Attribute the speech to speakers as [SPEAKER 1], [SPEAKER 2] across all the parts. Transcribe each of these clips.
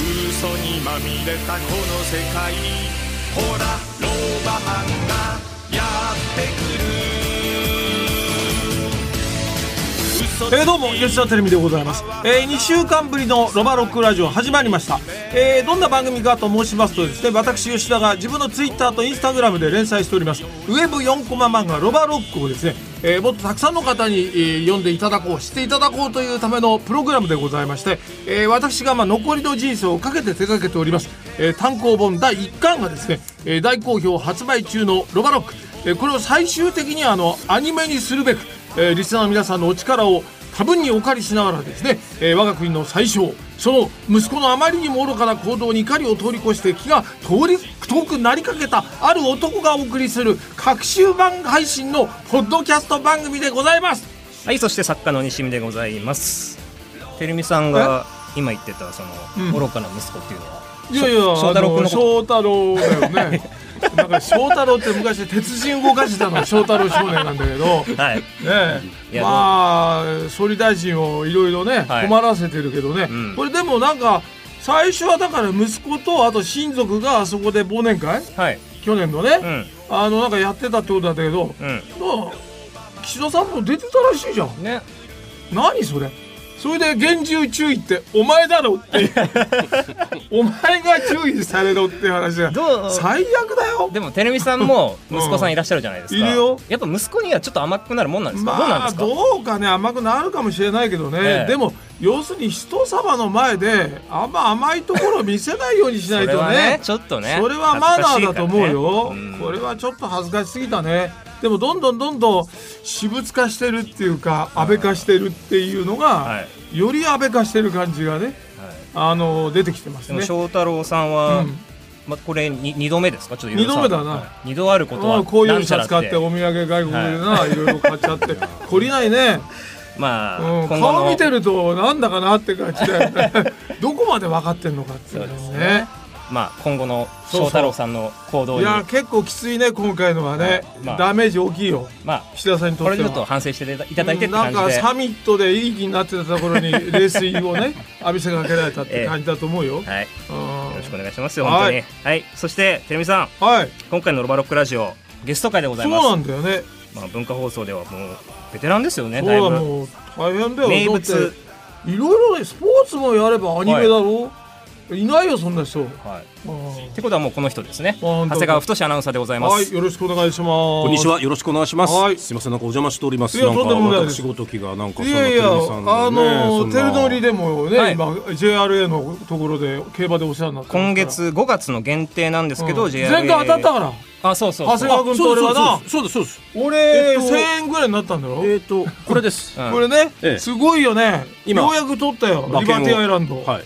[SPEAKER 1] にまみれたこの世界ほらローバハンがやってくる
[SPEAKER 2] えーどうも吉田テレビでございます、え2週間ぶりのロバロックラジオ始まりました、えーどんな番組かと申しますとですね私吉田が自分のツイッターとインスタグラムで連載しておりますウェブ4コマ漫画「ロバロック」をですね、えーもっとたくさんの方に、えー読んでいただこうしていただこうというためのプログラムでございまして、えー私がまあ残りの人生をかけて手掛けております、えー単行本第1巻がですね、えー大好評発売中の「ロバロック」えーこれを最終的にあのアニメにするべく、えーリスナーの皆さんのお力を多分にお借りしながらですね、えー我が国の最小その息子のあまりにも愚かな行動に怒りを通り越して気が通り遠くなりかけたある男がお送りする各週版配信のポッドキャスト番組でございます
[SPEAKER 3] はい、そして作家の西見でございます。てるみさんが今言ってたその、
[SPEAKER 2] うん
[SPEAKER 3] 愚かな息子っていうのは、
[SPEAKER 2] いやいや
[SPEAKER 3] 翔太郎君のこと
[SPEAKER 2] 翔太郎だよね なんか翔太郎って昔鉄人動かしてたの翔太郎少年なんだけど
[SPEAKER 3] はい、
[SPEAKER 2] ね
[SPEAKER 3] い
[SPEAKER 2] え、
[SPEAKER 3] や
[SPEAKER 2] まあ総理大臣をいろいろね、
[SPEAKER 3] はい
[SPEAKER 2] 困らせてるけどね、
[SPEAKER 3] うん
[SPEAKER 2] これでもなんか最初はだから息子とあと親族があそこで忘年会
[SPEAKER 3] はい、
[SPEAKER 2] 去年のね、
[SPEAKER 3] うん、
[SPEAKER 2] あのなんかやってたってことだったけど、
[SPEAKER 3] う
[SPEAKER 2] まあ岸田さんも出てたらしいじゃん
[SPEAKER 3] ん、ね、
[SPEAKER 2] 何それそれで厳重注意ってお前だろっていう お前が注意されろって話だ
[SPEAKER 3] どう
[SPEAKER 2] 最悪だよ
[SPEAKER 3] でもてるみさんも
[SPEAKER 2] うん
[SPEAKER 3] 息子さんいらっしゃるじゃないですか。
[SPEAKER 2] いるよ
[SPEAKER 3] やっぱ息子にはちょっと甘くなるもんなんですか。どうなん
[SPEAKER 2] ま
[SPEAKER 3] で
[SPEAKER 2] あ
[SPEAKER 3] すか。
[SPEAKER 2] どうかね甘くなるかもしれないけどね、
[SPEAKER 3] ええ
[SPEAKER 2] でも要するに人様の前であんま甘いところを見せないようにしないと
[SPEAKER 3] それは
[SPEAKER 2] ね
[SPEAKER 3] ねちょっとね
[SPEAKER 2] それはマナーだと思うよ、
[SPEAKER 3] 恥ずかしいからねうん
[SPEAKER 2] これはちょっと恥ずかしすぎたねでもどんどんどんどん私物化してるっていうか安倍化してるっていうのが、
[SPEAKER 3] は
[SPEAKER 2] より安倍化してる感じがね
[SPEAKER 3] はい。
[SPEAKER 2] あの出てきてます
[SPEAKER 3] でも
[SPEAKER 2] ね
[SPEAKER 3] 翔太郎さん
[SPEAKER 2] う
[SPEAKER 3] は、
[SPEAKER 2] ん
[SPEAKER 3] まこれに二度目ですか。ちょっといろいろさ
[SPEAKER 2] 二度目だな
[SPEAKER 3] はい二度あること
[SPEAKER 2] ま
[SPEAKER 3] は
[SPEAKER 2] あこういう
[SPEAKER 3] なんちゃら
[SPEAKER 2] 車使ってお土産外国でな、い、ろいろ買っちゃって懲りないね
[SPEAKER 3] まあ、
[SPEAKER 2] うん、
[SPEAKER 3] 今後の
[SPEAKER 2] 顔見てるとなんだかなって感じだ よねどこまで分かってんのかっていうの
[SPEAKER 3] そう
[SPEAKER 2] ね
[SPEAKER 3] ですねまあ今後の翔太郎さんの行動
[SPEAKER 2] い
[SPEAKER 3] に
[SPEAKER 2] や結構きついね今回のはね、
[SPEAKER 3] まあ
[SPEAKER 2] ダメージ大きいよ
[SPEAKER 3] まあ
[SPEAKER 2] 岸田さんにと
[SPEAKER 3] こ
[SPEAKER 2] っ
[SPEAKER 3] れ
[SPEAKER 2] て
[SPEAKER 3] でち
[SPEAKER 2] は
[SPEAKER 3] ょっと反省していただいてって
[SPEAKER 2] な
[SPEAKER 3] 感
[SPEAKER 2] ん
[SPEAKER 3] じ
[SPEAKER 2] か
[SPEAKER 3] で。
[SPEAKER 2] サミットでいい気になってたところに冷水を ね浴びせかけられたって感じだと思うよ、
[SPEAKER 3] はい。
[SPEAKER 2] うん
[SPEAKER 3] よろしくお願いしますよ、本当に。はい。そして、てるみさん、
[SPEAKER 2] はい
[SPEAKER 3] 今回のロバロックラジオ、ゲスト会でござ
[SPEAKER 2] そ
[SPEAKER 3] いうます。
[SPEAKER 2] なんだよね
[SPEAKER 3] まあ、文化放送ではもう、ベテランですよね、
[SPEAKER 2] そう
[SPEAKER 3] だい
[SPEAKER 2] だ
[SPEAKER 3] ぶ。
[SPEAKER 2] もう大変だよ
[SPEAKER 3] 名
[SPEAKER 2] だ
[SPEAKER 3] 物
[SPEAKER 2] っ。ていろいろねスポーツもやればアニメだろ、い、ないよそんな人、うん
[SPEAKER 3] はい。ってことはもうこの人ですね。
[SPEAKER 2] あ
[SPEAKER 3] 長谷川太志アナウンサーでございま
[SPEAKER 2] はい
[SPEAKER 3] す。
[SPEAKER 2] よろしくお願いします
[SPEAKER 4] こんにちは、よろしくお願いします。
[SPEAKER 2] はい
[SPEAKER 4] すみません、なんかお邪魔しております。
[SPEAKER 2] いや
[SPEAKER 4] なんか
[SPEAKER 2] とんでもないで
[SPEAKER 4] 私
[SPEAKER 2] す
[SPEAKER 4] 事気がなんかそん
[SPEAKER 2] い
[SPEAKER 4] な
[SPEAKER 2] やいや、あ
[SPEAKER 4] テレビさん
[SPEAKER 2] の
[SPEAKER 4] ね
[SPEAKER 2] テレノリでもね、
[SPEAKER 3] はい
[SPEAKER 2] 今 JRA のところで競馬でお世話になってますから
[SPEAKER 3] 今月5月の限定なんですけど、
[SPEAKER 2] うん
[SPEAKER 3] JRA
[SPEAKER 2] 前回当たったから
[SPEAKER 3] あ、そうそうそう。
[SPEAKER 2] 長谷川君と俺はな
[SPEAKER 4] そうですそうです。
[SPEAKER 2] 俺、
[SPEAKER 4] えっと
[SPEAKER 2] 1000円ぐらいになったんだろ、
[SPEAKER 4] えっとこれです。
[SPEAKER 3] うん
[SPEAKER 2] これね、
[SPEAKER 4] ええ
[SPEAKER 2] すごいよね
[SPEAKER 4] 今
[SPEAKER 2] ようやく取ったよリ
[SPEAKER 4] 馬
[SPEAKER 2] バ
[SPEAKER 4] 券を
[SPEAKER 2] テ ィアイランド、
[SPEAKER 4] はい。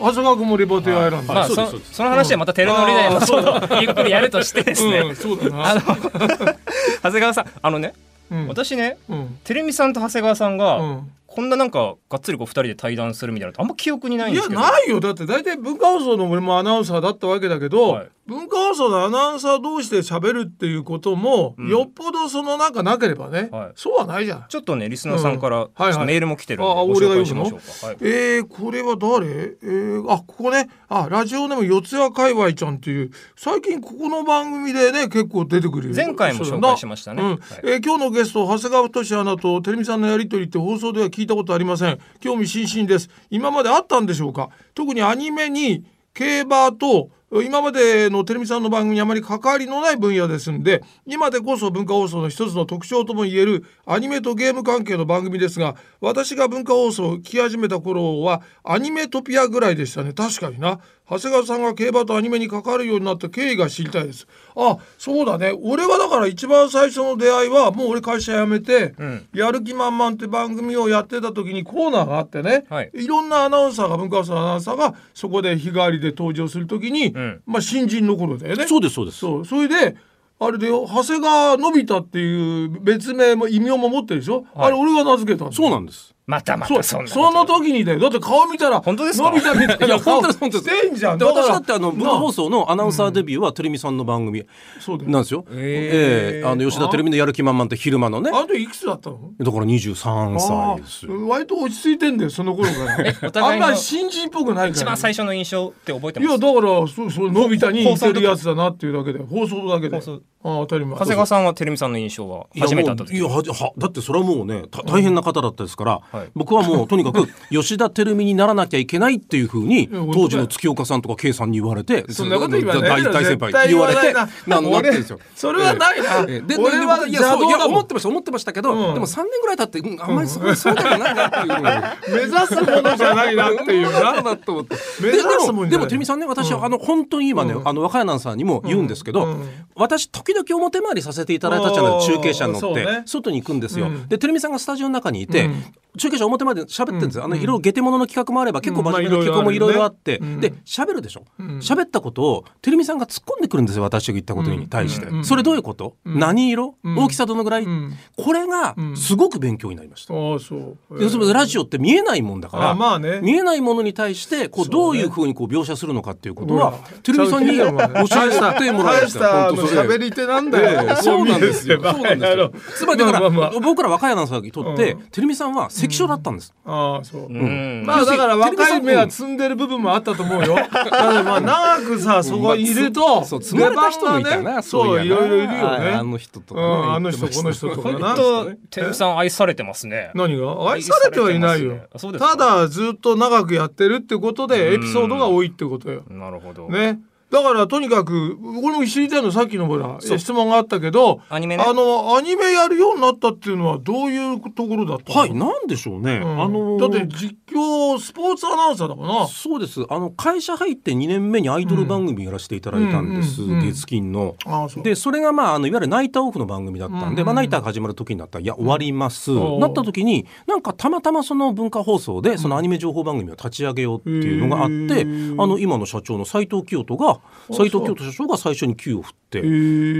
[SPEAKER 2] 長谷川君もリバティアイランド、
[SPEAKER 3] まあ、
[SPEAKER 4] そうです
[SPEAKER 3] そ
[SPEAKER 4] そうです
[SPEAKER 3] その話はまたテレノリで、
[SPEAKER 2] うん
[SPEAKER 3] まあそのゆっくりやるとしてです
[SPEAKER 2] う
[SPEAKER 3] ね
[SPEAKER 2] ん、。そうだ
[SPEAKER 3] あ
[SPEAKER 2] な
[SPEAKER 3] の、 長谷川さん、あのね、
[SPEAKER 2] うん
[SPEAKER 3] 私ね、
[SPEAKER 2] うん
[SPEAKER 3] てるみさんと長谷川さん
[SPEAKER 2] う
[SPEAKER 3] が、
[SPEAKER 2] ん
[SPEAKER 3] こんななんか、がっつりこう二人で対談するみたいなのってあんま記憶にないん
[SPEAKER 2] い
[SPEAKER 3] で
[SPEAKER 2] や
[SPEAKER 3] すけど。
[SPEAKER 2] ないよだって大体文化放送の俺もアナウンサーだったわけだけど、
[SPEAKER 3] はい
[SPEAKER 2] 文化放送のアナウンサー同士で喋るっていうことも、
[SPEAKER 3] うん
[SPEAKER 2] よっぽどそのなんかなければね、
[SPEAKER 3] はい
[SPEAKER 2] そうはないじゃん。
[SPEAKER 3] ちょっとねリスナーさんか
[SPEAKER 2] うん
[SPEAKER 3] ら
[SPEAKER 2] はいはい
[SPEAKER 3] ちょっとメールも来てるんで
[SPEAKER 2] あ
[SPEAKER 3] ご紹介しましょうか。はい、
[SPEAKER 2] えー、これは誰えー、あここねあラジオネーム四谷界隈ちゃんっていう最近ここの番組でね結構出てくるよ
[SPEAKER 3] 前回も紹介しましたね
[SPEAKER 2] そうだなうんえー今日のゲスト長谷川太志アナとテレミさんのやりとりって放送では聞いたことありません興味津々です今まであったんでしょうか特にアニメに競馬と今までのテレミさんの番組にあまり関わりのない分野ですんで今でこそ文化放送の一つの特徴ともいえるアニメとゲーム関係の番組ですが私が文化放送を聞き始めた頃はアニメトピアぐらいでしたね確かにな長谷川さんが競馬とアニメに関わるようになった経緯が知りたいですあそうだね俺はだから一番最初の出会いはもう俺会社辞めて、
[SPEAKER 3] うん
[SPEAKER 2] やる気満々って番組をやってた時にコーナーがあってね、
[SPEAKER 3] はい
[SPEAKER 2] ろんなアナウンサーが文化放送のアナウンサーがそこで日替わりで登場する時に、
[SPEAKER 3] ん
[SPEAKER 2] まあ新人の頃だよね。
[SPEAKER 4] そうですそうです。
[SPEAKER 2] そうそれであれでよ長谷川のび太っていう別名も異名も持ってるでしょ、
[SPEAKER 3] はい
[SPEAKER 2] あれ俺が名付けたんだよ
[SPEAKER 4] そうなんです。
[SPEAKER 3] またま
[SPEAKER 2] そう
[SPEAKER 3] たそんなこと
[SPEAKER 2] その時にだよだって顔見たら
[SPEAKER 3] 本当ですか
[SPEAKER 2] のび太みたい
[SPEAKER 4] いや
[SPEAKER 2] な
[SPEAKER 4] 本
[SPEAKER 2] 顔
[SPEAKER 4] 当です本当
[SPEAKER 2] し
[SPEAKER 4] です
[SPEAKER 2] てんじゃん
[SPEAKER 4] で
[SPEAKER 2] だから
[SPEAKER 4] 私だってあの文
[SPEAKER 2] な
[SPEAKER 4] 化放送のアナウンサーデビューはテレビさんの番組
[SPEAKER 2] そうだよ
[SPEAKER 4] なんですよ。
[SPEAKER 3] へー
[SPEAKER 4] ええあの吉田テレビのやる気満々って昼間のね。
[SPEAKER 2] あの時いくつだったの
[SPEAKER 4] だから二十三
[SPEAKER 2] あ
[SPEAKER 4] 歳ですよ。
[SPEAKER 2] ー割と落ち着いてんだよその頃から
[SPEAKER 3] お互いの
[SPEAKER 2] あんまり新人っぽくないから、
[SPEAKER 3] 一番最初の印象って覚えて
[SPEAKER 2] い
[SPEAKER 3] ま
[SPEAKER 2] やだ
[SPEAKER 3] す
[SPEAKER 2] からそうそうのび太に
[SPEAKER 3] 放
[SPEAKER 2] 似
[SPEAKER 3] 送
[SPEAKER 2] て
[SPEAKER 3] の時
[SPEAKER 2] るやつだなっていうだけで放送だけであ
[SPEAKER 3] 放送
[SPEAKER 2] あ当たり前
[SPEAKER 3] 長谷川さんはてるみさんの印象は初めて会った時
[SPEAKER 4] いやもういやはじはだってそれはもうねた大変な方だったですから、
[SPEAKER 3] はい
[SPEAKER 4] 僕はもうと にかく吉田照美にならなきゃいけないっていうふうに
[SPEAKER 2] や本当だよ
[SPEAKER 4] 当時の月岡さんとか K さんに言われて
[SPEAKER 2] そんなこと言わない
[SPEAKER 4] 大大先
[SPEAKER 2] 絶対
[SPEAKER 4] 輩言われて
[SPEAKER 2] 言わ
[SPEAKER 4] ななって
[SPEAKER 2] 俺
[SPEAKER 4] るんですよ。
[SPEAKER 2] それはないな、
[SPEAKER 4] ええで
[SPEAKER 2] 俺は
[SPEAKER 4] でいやそうい
[SPEAKER 2] 邪道
[SPEAKER 4] や
[SPEAKER 2] だも
[SPEAKER 4] 思
[SPEAKER 2] ん
[SPEAKER 4] ってました思ってましたけど、
[SPEAKER 2] うん
[SPEAKER 4] でも3年ぐらい経って、うん、あんまりそ,、そうでもないなっていうのが。
[SPEAKER 2] 目指すものじゃないなって いうな
[SPEAKER 4] そうだと思って
[SPEAKER 2] 目
[SPEAKER 4] で
[SPEAKER 2] 指
[SPEAKER 4] です
[SPEAKER 2] もん
[SPEAKER 4] も
[SPEAKER 2] じ
[SPEAKER 4] で
[SPEAKER 2] ゃない
[SPEAKER 4] もてるみさんね私、あの本当に今ね、あの若柳さんにも言うんですけど、
[SPEAKER 2] うんうん
[SPEAKER 4] 私時々表回りさせていただいたじゃない
[SPEAKER 2] おー
[SPEAKER 4] 中継車に乗
[SPEAKER 2] そ
[SPEAKER 4] っ
[SPEAKER 2] う
[SPEAKER 4] て、
[SPEAKER 2] ね
[SPEAKER 4] 外に行くんですよ、
[SPEAKER 2] うん
[SPEAKER 4] でてるみさんがスタジオの中にいて、
[SPEAKER 2] うん
[SPEAKER 4] 中継車表まで喋ってるんですよ、あのいろいろ下手者の企画もあれば結構真面目な企画もいろいろあって、
[SPEAKER 2] うんまあいろいろある
[SPEAKER 4] で
[SPEAKER 2] よね
[SPEAKER 4] 喋るでしょ
[SPEAKER 2] うん
[SPEAKER 4] 喋、ったことをてるみさんが突っ込んでくるんですよ私が言ったことに対して、
[SPEAKER 2] うんうん
[SPEAKER 4] それどういうこと、
[SPEAKER 2] うん
[SPEAKER 4] 何色、
[SPEAKER 2] うん
[SPEAKER 4] 大きさどのぐらい、
[SPEAKER 2] うん
[SPEAKER 4] これが
[SPEAKER 2] うん
[SPEAKER 4] すごく勉強になりました、
[SPEAKER 2] ああそう
[SPEAKER 4] 要するにラジオって見えないもんだから
[SPEAKER 2] あまあね
[SPEAKER 4] 見えないものに対してこう
[SPEAKER 2] そうね
[SPEAKER 4] どういうふうにこう描写するのかっていうこと
[SPEAKER 2] ほ
[SPEAKER 4] は
[SPEAKER 2] ら
[SPEAKER 4] テレビさんに
[SPEAKER 2] ち
[SPEAKER 4] 教
[SPEAKER 2] ゃんと聞いてよ
[SPEAKER 4] えてもらいました
[SPEAKER 2] 大したあの喋り手なんだよ
[SPEAKER 4] ええそうなんです よ
[SPEAKER 2] 見え
[SPEAKER 4] そ
[SPEAKER 2] てば
[SPEAKER 4] うなんですよつまりだから、
[SPEAKER 2] まあまあまあ
[SPEAKER 4] 僕ら若いアナウンサーにとって、
[SPEAKER 2] うん
[SPEAKER 4] テレビさんは関所だったんです、
[SPEAKER 2] ああそう、
[SPEAKER 3] うん
[SPEAKER 2] まあだから
[SPEAKER 4] テレビさん
[SPEAKER 2] 若い目は積んでる部分もあったと思うよ。ただまあ長くさそこにいると、
[SPEAKER 4] そう積まれた人もいた
[SPEAKER 2] 出番が
[SPEAKER 4] な
[SPEAKER 2] ねそうい
[SPEAKER 4] やな
[SPEAKER 2] ろいろいるよね。
[SPEAKER 4] ああの人と
[SPEAKER 2] う
[SPEAKER 4] か、ね
[SPEAKER 2] んあの人この人とかな。
[SPEAKER 3] とてるみさん愛されてますね
[SPEAKER 2] 何が愛されてはいない
[SPEAKER 3] 愛されてま
[SPEAKER 2] よ
[SPEAKER 3] すね。あそうですか
[SPEAKER 2] ただずっと長くやってるってことでエピソードが多いってことよ。
[SPEAKER 3] なるほど
[SPEAKER 2] ね。だからとにかく俺も知りたいのさっきのほら質問があったけど、
[SPEAKER 3] アニメね
[SPEAKER 2] あのアニメやるようになったっていうのはどういうところだったの？
[SPEAKER 4] はいなんでしょうね、
[SPEAKER 2] うん
[SPEAKER 4] あのー
[SPEAKER 2] だって実況スポーツアナウンサーだもんな。
[SPEAKER 4] そうですあの会社入って2年目にアイドル番組やらせていただいたんです、
[SPEAKER 2] うんうんうんうん
[SPEAKER 4] 月金の。
[SPEAKER 2] ああそう。
[SPEAKER 4] でそれがまああのいわゆるナイターオフの番組だったんで、
[SPEAKER 2] うん
[SPEAKER 4] まあ、ナイターが始まる時になったら「いや終わります」
[SPEAKER 2] うん
[SPEAKER 4] なった時になんかたまたまその文化放送でそのアニメ情報番組を立ち上げようっていうのがあっ
[SPEAKER 2] へ
[SPEAKER 4] て、
[SPEAKER 2] ー
[SPEAKER 4] あの今の社長の斉藤清人が斉藤清人社長が最初に球を振って「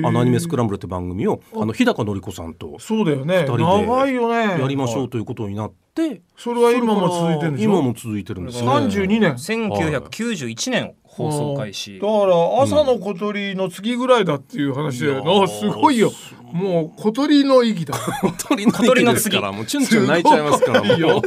[SPEAKER 4] あのアニメスクランブル」って番組をあの日高のり子さんと
[SPEAKER 2] そうだよね。
[SPEAKER 4] 人で
[SPEAKER 2] 長いよね。
[SPEAKER 4] やりましょうということになって。
[SPEAKER 2] それは今も続いてるんでしょ
[SPEAKER 4] 今も続いてるんですよ
[SPEAKER 2] 三十二年。
[SPEAKER 3] 1991年放送開始
[SPEAKER 2] だから朝の小鳥の次ぐらいだっていう話だよな、すごいよもう小鳥の意義だ
[SPEAKER 4] 鳥の鳥の次からもうチュンチュン泣いちゃいますからもう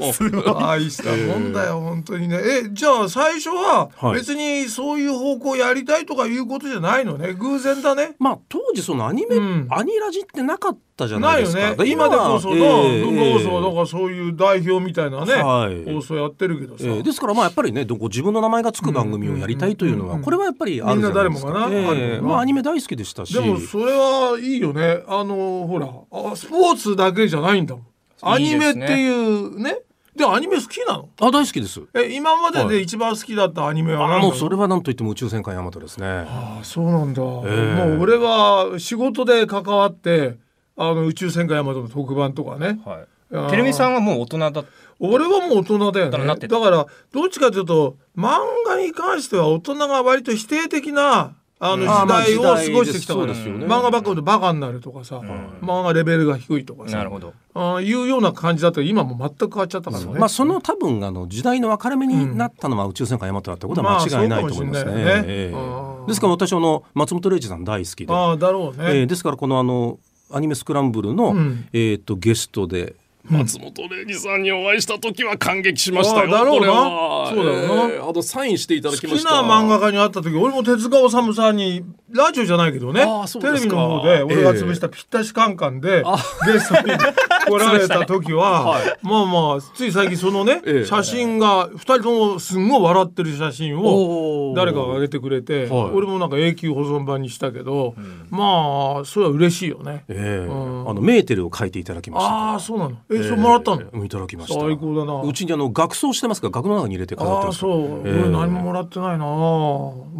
[SPEAKER 2] 大したもんだよ、本当にねえじゃあ最初は
[SPEAKER 4] はい
[SPEAKER 2] 別にそういう方向やりたいとかいうことじゃないのね偶然だね
[SPEAKER 4] まあ当時そのアニメ、
[SPEAKER 2] うん
[SPEAKER 4] アニラジってなかったじゃな
[SPEAKER 2] ないい
[SPEAKER 4] で
[SPEAKER 2] よ
[SPEAKER 4] すか。
[SPEAKER 2] ね
[SPEAKER 4] で
[SPEAKER 2] 今でこその
[SPEAKER 4] ええ
[SPEAKER 2] 文化放送はだからそういう代表みたいなね、
[SPEAKER 4] はい
[SPEAKER 2] 放送やってるけどさ、
[SPEAKER 4] ええですからまあやっぱりねどこ自分の名前がつく番組をやりたいというの
[SPEAKER 2] うんうんうん
[SPEAKER 4] は
[SPEAKER 2] うん
[SPEAKER 4] これはやっぱりあるじゃないですか。
[SPEAKER 2] みんな誰もがな
[SPEAKER 4] ええまあアニメ大好きでしたし。
[SPEAKER 2] でもそれはいいよねあのほらあスポーツだけじゃないんだもんア
[SPEAKER 3] いい
[SPEAKER 2] ニ
[SPEAKER 3] ですね
[SPEAKER 2] メっていうねでアニメ好きなの
[SPEAKER 4] あ大好きです。
[SPEAKER 2] え今まで
[SPEAKER 4] は
[SPEAKER 2] で一番好きだったアニメは
[SPEAKER 4] あ
[SPEAKER 2] 何だ
[SPEAKER 4] も
[SPEAKER 2] ろ
[SPEAKER 4] うそれはなんといっても宇宙戦艦ヤマトですね。
[SPEAKER 2] ああそうなんだ、
[SPEAKER 4] え
[SPEAKER 2] もう俺は仕事で関わってあの宇宙戦艦ヤマトの特番とかね
[SPEAKER 3] はいてるみさんはもう大人だった
[SPEAKER 2] 俺はもう大人だよ
[SPEAKER 3] だから
[SPEAKER 2] ね
[SPEAKER 3] な
[SPEAKER 2] だ
[SPEAKER 3] ってた
[SPEAKER 2] からどっちかというと漫画に関しては大人が割と否定的なあの
[SPEAKER 4] んあーまあ
[SPEAKER 2] 時代を過ごしてきたか
[SPEAKER 4] 時代
[SPEAKER 2] ら、
[SPEAKER 4] ですそうですよね
[SPEAKER 2] 漫画ばっかりでバカになるとかさ、漫画レベルが低いとかさ
[SPEAKER 3] なるほど
[SPEAKER 2] あーいうような感じだったら今もう全く変わっちゃったからね。
[SPEAKER 4] まあその多分あの時代の分かれ目になったのは宇宙戦艦ヤマトだってことは間違いないと思いますね。
[SPEAKER 2] まあそうかもしれないよね
[SPEAKER 4] ええ
[SPEAKER 2] うん
[SPEAKER 4] ですから私はあの松本零士さん大好きで、
[SPEAKER 2] ああだろう
[SPEAKER 4] え
[SPEAKER 2] ね。
[SPEAKER 4] えですからこのあのアニメスクランブルの、
[SPEAKER 2] うん
[SPEAKER 4] えっ、とゲストで
[SPEAKER 5] 松本零士さんにお会いした時は感激しましたよ。
[SPEAKER 2] ああだろうな
[SPEAKER 5] これは
[SPEAKER 2] そうだよな
[SPEAKER 5] えーあのサインしていただ
[SPEAKER 2] 好
[SPEAKER 5] き
[SPEAKER 2] き
[SPEAKER 5] ました。
[SPEAKER 2] な漫画家に会った時俺も手塚治虫さんにラジオじゃないけどね
[SPEAKER 5] ああそう
[SPEAKER 2] テ
[SPEAKER 5] で
[SPEAKER 2] レ
[SPEAKER 5] す
[SPEAKER 2] ビ
[SPEAKER 5] か
[SPEAKER 2] の方で俺が潰したぴったしカンカンでゲストに来られた時は、まあまあつい最近そのね、
[SPEAKER 5] ええ
[SPEAKER 2] 写真が2人ともすんごい笑ってる写真を
[SPEAKER 4] おー
[SPEAKER 2] 誰かが上げてくれ
[SPEAKER 4] は
[SPEAKER 2] て、
[SPEAKER 4] い
[SPEAKER 2] 俺もなんか永久保存版にしたけど、まあそれは嬉しいよね。
[SPEAKER 4] ええ
[SPEAKER 2] うん
[SPEAKER 4] あのメーテルを書いていただきましたから。
[SPEAKER 2] ああそうなのえ、それもらったの、
[SPEAKER 4] ええうんいただきました。
[SPEAKER 2] 最高だな
[SPEAKER 4] うちにあの額装してますから額の中に入れて飾って
[SPEAKER 2] ああ
[SPEAKER 4] ま
[SPEAKER 2] ー
[SPEAKER 4] す
[SPEAKER 2] そう、
[SPEAKER 4] え
[SPEAKER 2] 俺
[SPEAKER 4] え
[SPEAKER 2] 何ももらってないな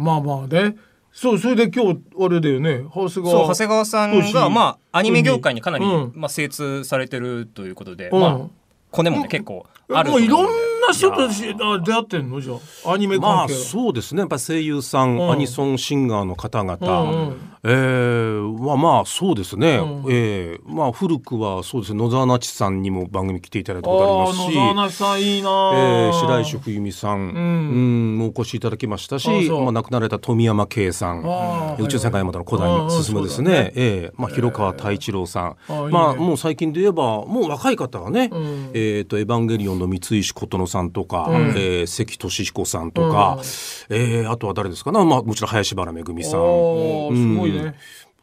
[SPEAKER 2] まあまあねそうそれで今日あれだよね長谷
[SPEAKER 3] そう
[SPEAKER 2] 川
[SPEAKER 3] 長谷川さんがまあアニメ業界にかなり
[SPEAKER 2] うん
[SPEAKER 3] まあ精通されてるということで
[SPEAKER 2] うん
[SPEAKER 3] まあコネもね結構ある
[SPEAKER 2] もういろんな人たちあ出会ってんのじゃあアニメ
[SPEAKER 4] ま
[SPEAKER 2] 関
[SPEAKER 4] あ
[SPEAKER 2] 係、
[SPEAKER 4] そうですねやっぱり声優さん、
[SPEAKER 2] うん
[SPEAKER 4] アニソンシンガーの方々、
[SPEAKER 2] うんうん
[SPEAKER 4] えーはまあそうですね、
[SPEAKER 2] うん
[SPEAKER 4] えーまあ、古くはそうですね野沢那智さんにも番組来ていただいたことあ
[SPEAKER 2] あ
[SPEAKER 4] り
[SPEAKER 2] あ
[SPEAKER 4] ますし。
[SPEAKER 2] 野沢那智さんいいな
[SPEAKER 4] え
[SPEAKER 2] ー、
[SPEAKER 4] ー白石冬美さん、うん
[SPEAKER 2] ん
[SPEAKER 4] もうお越しいただきましたし
[SPEAKER 2] あそう
[SPEAKER 4] まあ、亡くなられた富山圭さん
[SPEAKER 2] あー
[SPEAKER 4] 宇宙世界までの古代
[SPEAKER 2] うんうん
[SPEAKER 4] に進むですね,、
[SPEAKER 2] そうだね
[SPEAKER 4] えーまあ、広川太一郎さん、
[SPEAKER 2] あーいいね
[SPEAKER 4] まあ、もう最近で言えばもう若い方はね「
[SPEAKER 2] ん
[SPEAKER 4] えー、とエヴァンゲリオン」の三石琴乃さんとか、えー関俊彦さんとか、えーあとは誰ですかね、まあ、もちろん林原めぐみさん
[SPEAKER 2] おーすごいね、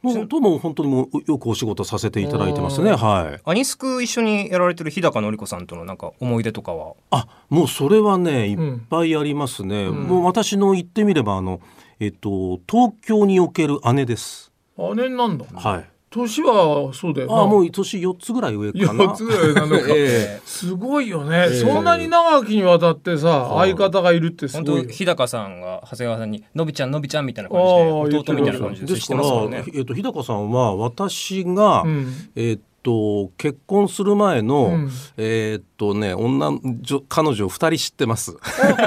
[SPEAKER 4] もうとも本当にもうよくお仕事させていただいてますねはい。
[SPEAKER 3] アニスク一緒にやられてる日高のり子さんとのなんか思い出とかは
[SPEAKER 4] あもうそれはねい
[SPEAKER 2] ん
[SPEAKER 4] っぱいありますね、もう私の言ってみればあのえっと東京における姉です
[SPEAKER 2] 姉なんだ、
[SPEAKER 4] はい
[SPEAKER 2] 年はそうだよな
[SPEAKER 4] あもう年四つぐらい上かな
[SPEAKER 2] 4つぐらいなんだから
[SPEAKER 4] ええ
[SPEAKER 2] すごいよね、そんなに長きにわたってさ相方がいるってす
[SPEAKER 3] 本
[SPEAKER 2] ご
[SPEAKER 3] 当
[SPEAKER 2] いよ
[SPEAKER 3] 日高さんが長谷川さんに「のびちゃんのびちゃん」みたいな感
[SPEAKER 2] あ
[SPEAKER 3] じ
[SPEAKER 2] ー
[SPEAKER 3] で
[SPEAKER 2] 言って
[SPEAKER 3] 弟
[SPEAKER 2] る
[SPEAKER 3] みたいな感じで
[SPEAKER 4] で
[SPEAKER 3] し
[SPEAKER 4] す
[SPEAKER 3] てま
[SPEAKER 4] から
[SPEAKER 3] すからね
[SPEAKER 4] えっと日高さんは私が、
[SPEAKER 2] うん
[SPEAKER 4] えっと結婚する前の、
[SPEAKER 2] うん
[SPEAKER 4] えっとね女女彼女を二人知ってます。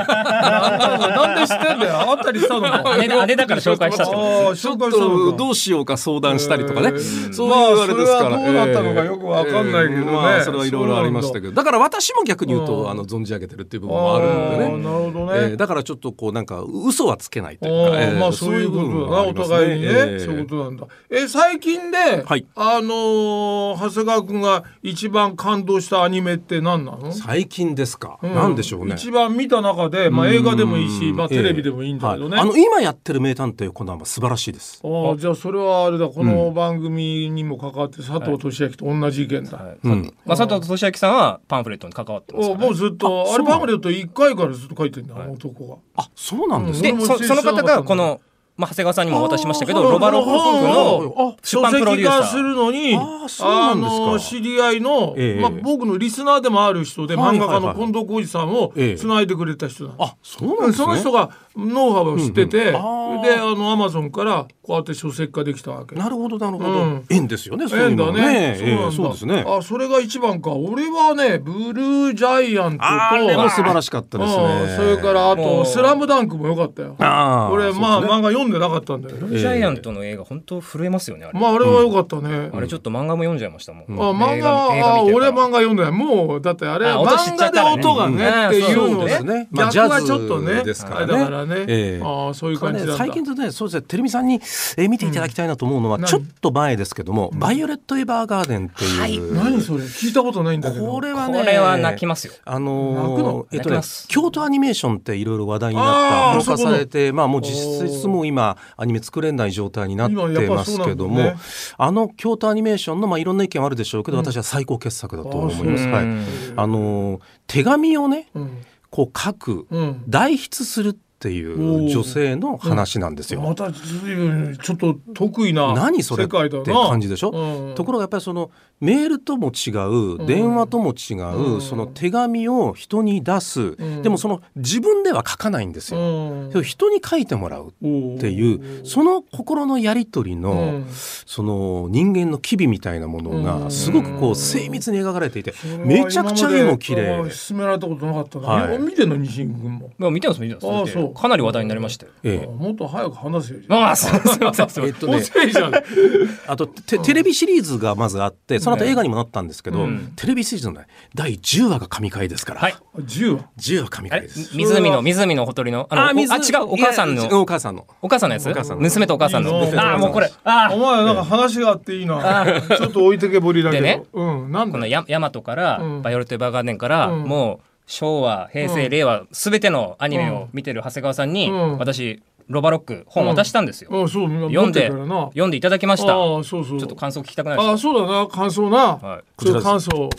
[SPEAKER 2] なんで知ってんだよ上がったりしたのか
[SPEAKER 3] 姉だ姉だから紹介したってこと
[SPEAKER 2] ああ、ちょっと
[SPEAKER 4] どうしようか相談したりとかね、
[SPEAKER 2] えー
[SPEAKER 4] そういうあれですから、
[SPEAKER 2] まあそれはどうだったのかよくわかんないけどね
[SPEAKER 4] まあそれはいろいろありましたけどだから私も逆に言うと、あの存じ上げてるっていう部分もあるんでね
[SPEAKER 2] なるほどね。
[SPEAKER 4] えーだからちょっとこうなんか嘘はつけないと
[SPEAKER 2] あ
[SPEAKER 4] いうか、え
[SPEAKER 2] ー
[SPEAKER 4] ー
[SPEAKER 2] まあそういうこ
[SPEAKER 4] 部
[SPEAKER 2] と
[SPEAKER 4] 分は
[SPEAKER 2] だな、
[SPEAKER 4] あ
[SPEAKER 2] お
[SPEAKER 4] ります
[SPEAKER 2] 互いにね、
[SPEAKER 4] えー
[SPEAKER 2] そういうことなんだえ最近で、
[SPEAKER 4] はい
[SPEAKER 2] あのー長谷川君が一番感動したアニメって何なの、
[SPEAKER 4] 最近ですか、
[SPEAKER 2] うん
[SPEAKER 4] なんでしょうね
[SPEAKER 2] 一番見た中で、まあ、映画でもいいし、まあ、
[SPEAKER 4] えー
[SPEAKER 2] テレビでもいいんだけどね、
[SPEAKER 4] はいあの今やってる名探偵コナンは素晴らしいです
[SPEAKER 2] ああじゃあそれはあれだこの番組にも関わって佐藤俊明と同じ意見だ、
[SPEAKER 3] はいまあ、佐藤俊明さんはパンフレットに関わってますか
[SPEAKER 2] お
[SPEAKER 3] らね
[SPEAKER 2] もうずっとあ
[SPEAKER 4] あ
[SPEAKER 2] れ
[SPEAKER 4] そう
[SPEAKER 2] パ
[SPEAKER 4] なの
[SPEAKER 2] ンフレット1回からずっと書いてんだ、あの男が。
[SPEAKER 4] あそうなんです
[SPEAKER 3] で
[SPEAKER 4] ね、
[SPEAKER 2] 俺も
[SPEAKER 3] そ
[SPEAKER 2] 知
[SPEAKER 3] その方
[SPEAKER 2] 知らなかった
[SPEAKER 3] が
[SPEAKER 2] んだ
[SPEAKER 3] この、まあ、長谷川さんにも渡しましたけ
[SPEAKER 2] あー
[SPEAKER 3] どロバロック
[SPEAKER 2] そう
[SPEAKER 3] の出
[SPEAKER 2] 書
[SPEAKER 3] 版プロデュ
[SPEAKER 2] 籍
[SPEAKER 3] ーサ
[SPEAKER 2] 化
[SPEAKER 3] ー
[SPEAKER 2] するのに
[SPEAKER 4] あーそうなんですか
[SPEAKER 2] の知り合いの、
[SPEAKER 4] ええ
[SPEAKER 2] まあ、僕のリスナーでもある人で、
[SPEAKER 4] はいはい
[SPEAKER 2] 漫
[SPEAKER 4] はい
[SPEAKER 2] 画家の近藤浩二さんを
[SPEAKER 4] ええ
[SPEAKER 2] つないでくれた人なんです
[SPEAKER 4] あそうなんですね
[SPEAKER 2] その人がノウハウを知ってて、
[SPEAKER 4] うんうんあー
[SPEAKER 2] であのアマゾンからこうやって書籍化できたわけ。
[SPEAKER 4] なるほどなるほ
[SPEAKER 2] う
[SPEAKER 4] ど、
[SPEAKER 2] ん
[SPEAKER 4] 縁ですよねそうい
[SPEAKER 2] ええ
[SPEAKER 4] うん
[SPEAKER 2] だ
[SPEAKER 4] のは
[SPEAKER 2] ね
[SPEAKER 4] ね
[SPEAKER 2] そう
[SPEAKER 4] え
[SPEAKER 2] なんだ
[SPEAKER 4] えそうですね
[SPEAKER 2] あそれが一番か俺はねブルージャイアントと
[SPEAKER 4] あれも素晴らしかったです
[SPEAKER 2] う
[SPEAKER 4] ね
[SPEAKER 2] ん。それからあと「
[SPEAKER 3] もう
[SPEAKER 2] スラムダンクも良かったよ
[SPEAKER 4] あー
[SPEAKER 2] 俺
[SPEAKER 4] そ
[SPEAKER 2] まあ
[SPEAKER 4] うですね
[SPEAKER 2] 漫画読んでなかったんだけど
[SPEAKER 3] ジャイアントの映画本当震えますよねあれ,、
[SPEAKER 2] まああれは良かったね、
[SPEAKER 3] あれちょっと漫画も読んじゃいましたもん、
[SPEAKER 2] あ漫
[SPEAKER 3] 映
[SPEAKER 2] 画
[SPEAKER 3] 画
[SPEAKER 2] は
[SPEAKER 3] 見映画
[SPEAKER 2] あ
[SPEAKER 3] 見て
[SPEAKER 2] 俺
[SPEAKER 3] から
[SPEAKER 2] は漫画読んでないもうだってあれ
[SPEAKER 3] あ音知
[SPEAKER 2] 漫
[SPEAKER 3] っちゃっ
[SPEAKER 2] 画で
[SPEAKER 3] たらね
[SPEAKER 2] 音がねっていう
[SPEAKER 4] そう
[SPEAKER 2] の
[SPEAKER 4] です
[SPEAKER 2] ね
[SPEAKER 4] ねまあ
[SPEAKER 2] 逆はちょっと
[SPEAKER 4] ジャ
[SPEAKER 2] ね
[SPEAKER 4] ズですからね
[SPEAKER 2] だからね、
[SPEAKER 4] ええ
[SPEAKER 2] ああそういう
[SPEAKER 4] これね
[SPEAKER 2] 感じなんだ、
[SPEAKER 4] 最近とねそうですねテレビさんに、えー見ていただきたいなと思うのは、
[SPEAKER 2] 何
[SPEAKER 4] ちょっと前ですけども「バイオレット・エヴァーガーデン」っていう、
[SPEAKER 2] 何それ聞いたことないんだけど
[SPEAKER 4] これはね
[SPEAKER 3] これは泣きますよ
[SPEAKER 4] あ
[SPEAKER 2] 泣くの
[SPEAKER 4] のーえっと
[SPEAKER 3] 泣き
[SPEAKER 4] ね
[SPEAKER 3] ます
[SPEAKER 4] 京都アニメーションっていろいろ話題にな
[SPEAKER 2] あー
[SPEAKER 4] った放課
[SPEAKER 2] そこの
[SPEAKER 4] されてまあもう実質もう今アニメ作れない状態になってますけども、
[SPEAKER 2] 今やっぱそうなんだね
[SPEAKER 4] あの京都アニメーションのまあいろんな意見はあるでしょうけど、私は最高傑作だと思います。
[SPEAKER 3] あー
[SPEAKER 4] はい
[SPEAKER 3] そう
[SPEAKER 4] あのー手紙をね
[SPEAKER 2] うん
[SPEAKER 4] こう書く
[SPEAKER 2] うん
[SPEAKER 4] 代筆するっていう女性の話なんですよ。
[SPEAKER 2] また随分ちょっと得意な
[SPEAKER 4] 何それ
[SPEAKER 2] 世
[SPEAKER 4] っ
[SPEAKER 2] 界だな
[SPEAKER 4] て感じでしょ、
[SPEAKER 2] うん
[SPEAKER 4] ところがやっぱりそのメールとも違う、電話とも違う、その手紙を人に出す、でもその自分では書かないんです
[SPEAKER 2] う
[SPEAKER 4] よ、
[SPEAKER 2] ん
[SPEAKER 4] それを人に書いてもらうっていうその心のやり取りの、
[SPEAKER 2] うん
[SPEAKER 4] その人間の機微みたいなもの
[SPEAKER 2] う
[SPEAKER 4] が
[SPEAKER 2] ん
[SPEAKER 4] すごくこう精密に描かれていてめちゃくちゃ絵も綺
[SPEAKER 2] あ
[SPEAKER 4] 麗
[SPEAKER 2] あ勧められたことなかったな、
[SPEAKER 4] はい
[SPEAKER 2] 見てんの西君も
[SPEAKER 3] まあ見てます見てます
[SPEAKER 2] あー
[SPEAKER 3] だって
[SPEAKER 2] そう
[SPEAKER 3] かなり話題になりましたよ
[SPEAKER 4] ええ
[SPEAKER 2] もっと早く話せよじゃあ
[SPEAKER 3] ああすいませんすいませんすいません
[SPEAKER 4] えっと
[SPEAKER 2] 遅
[SPEAKER 4] ね
[SPEAKER 2] いじゃ ん
[SPEAKER 4] あとテテレビシリーズがまずあってその後映画にもなったんですけど、
[SPEAKER 3] うん
[SPEAKER 4] テレビシリーズの、ね、第10話が神回ですから、
[SPEAKER 3] はい
[SPEAKER 2] 10話
[SPEAKER 4] 10話神
[SPEAKER 3] あ
[SPEAKER 4] 回
[SPEAKER 3] れ
[SPEAKER 4] です。
[SPEAKER 3] 湖の湖のほとりのあのおあ違うお母さん
[SPEAKER 4] いや
[SPEAKER 3] の
[SPEAKER 4] お母さんの。
[SPEAKER 3] お母さんのやつ
[SPEAKER 4] お母さんの
[SPEAKER 3] 娘とお母さんの
[SPEAKER 2] いいな
[SPEAKER 3] ああもうこれああ
[SPEAKER 2] お前なんか話があっていいな。ちょっと置いてけぼりだけど。
[SPEAKER 3] でね
[SPEAKER 2] うん、なん
[SPEAKER 3] こ
[SPEAKER 2] だ
[SPEAKER 3] のヤヤマトから、
[SPEAKER 2] うん
[SPEAKER 3] バイオレット・エヴァーガーデンから、
[SPEAKER 2] うん
[SPEAKER 3] もう昭和平成、
[SPEAKER 2] うん
[SPEAKER 3] 令和すべてのアニメ
[SPEAKER 2] うん
[SPEAKER 3] を見てる長谷川さんに、
[SPEAKER 2] うん
[SPEAKER 3] 私ロバロック本渡したんですよ、
[SPEAKER 2] うん、そう、
[SPEAKER 3] 読んで
[SPEAKER 2] 持ってるからな。
[SPEAKER 3] 読んでいただきましたちょ
[SPEAKER 2] ああ、そうそう。
[SPEAKER 3] っと感想聞きたくないです
[SPEAKER 2] ああ、そうだな、感想な。
[SPEAKER 3] はい
[SPEAKER 2] ちょっと感想。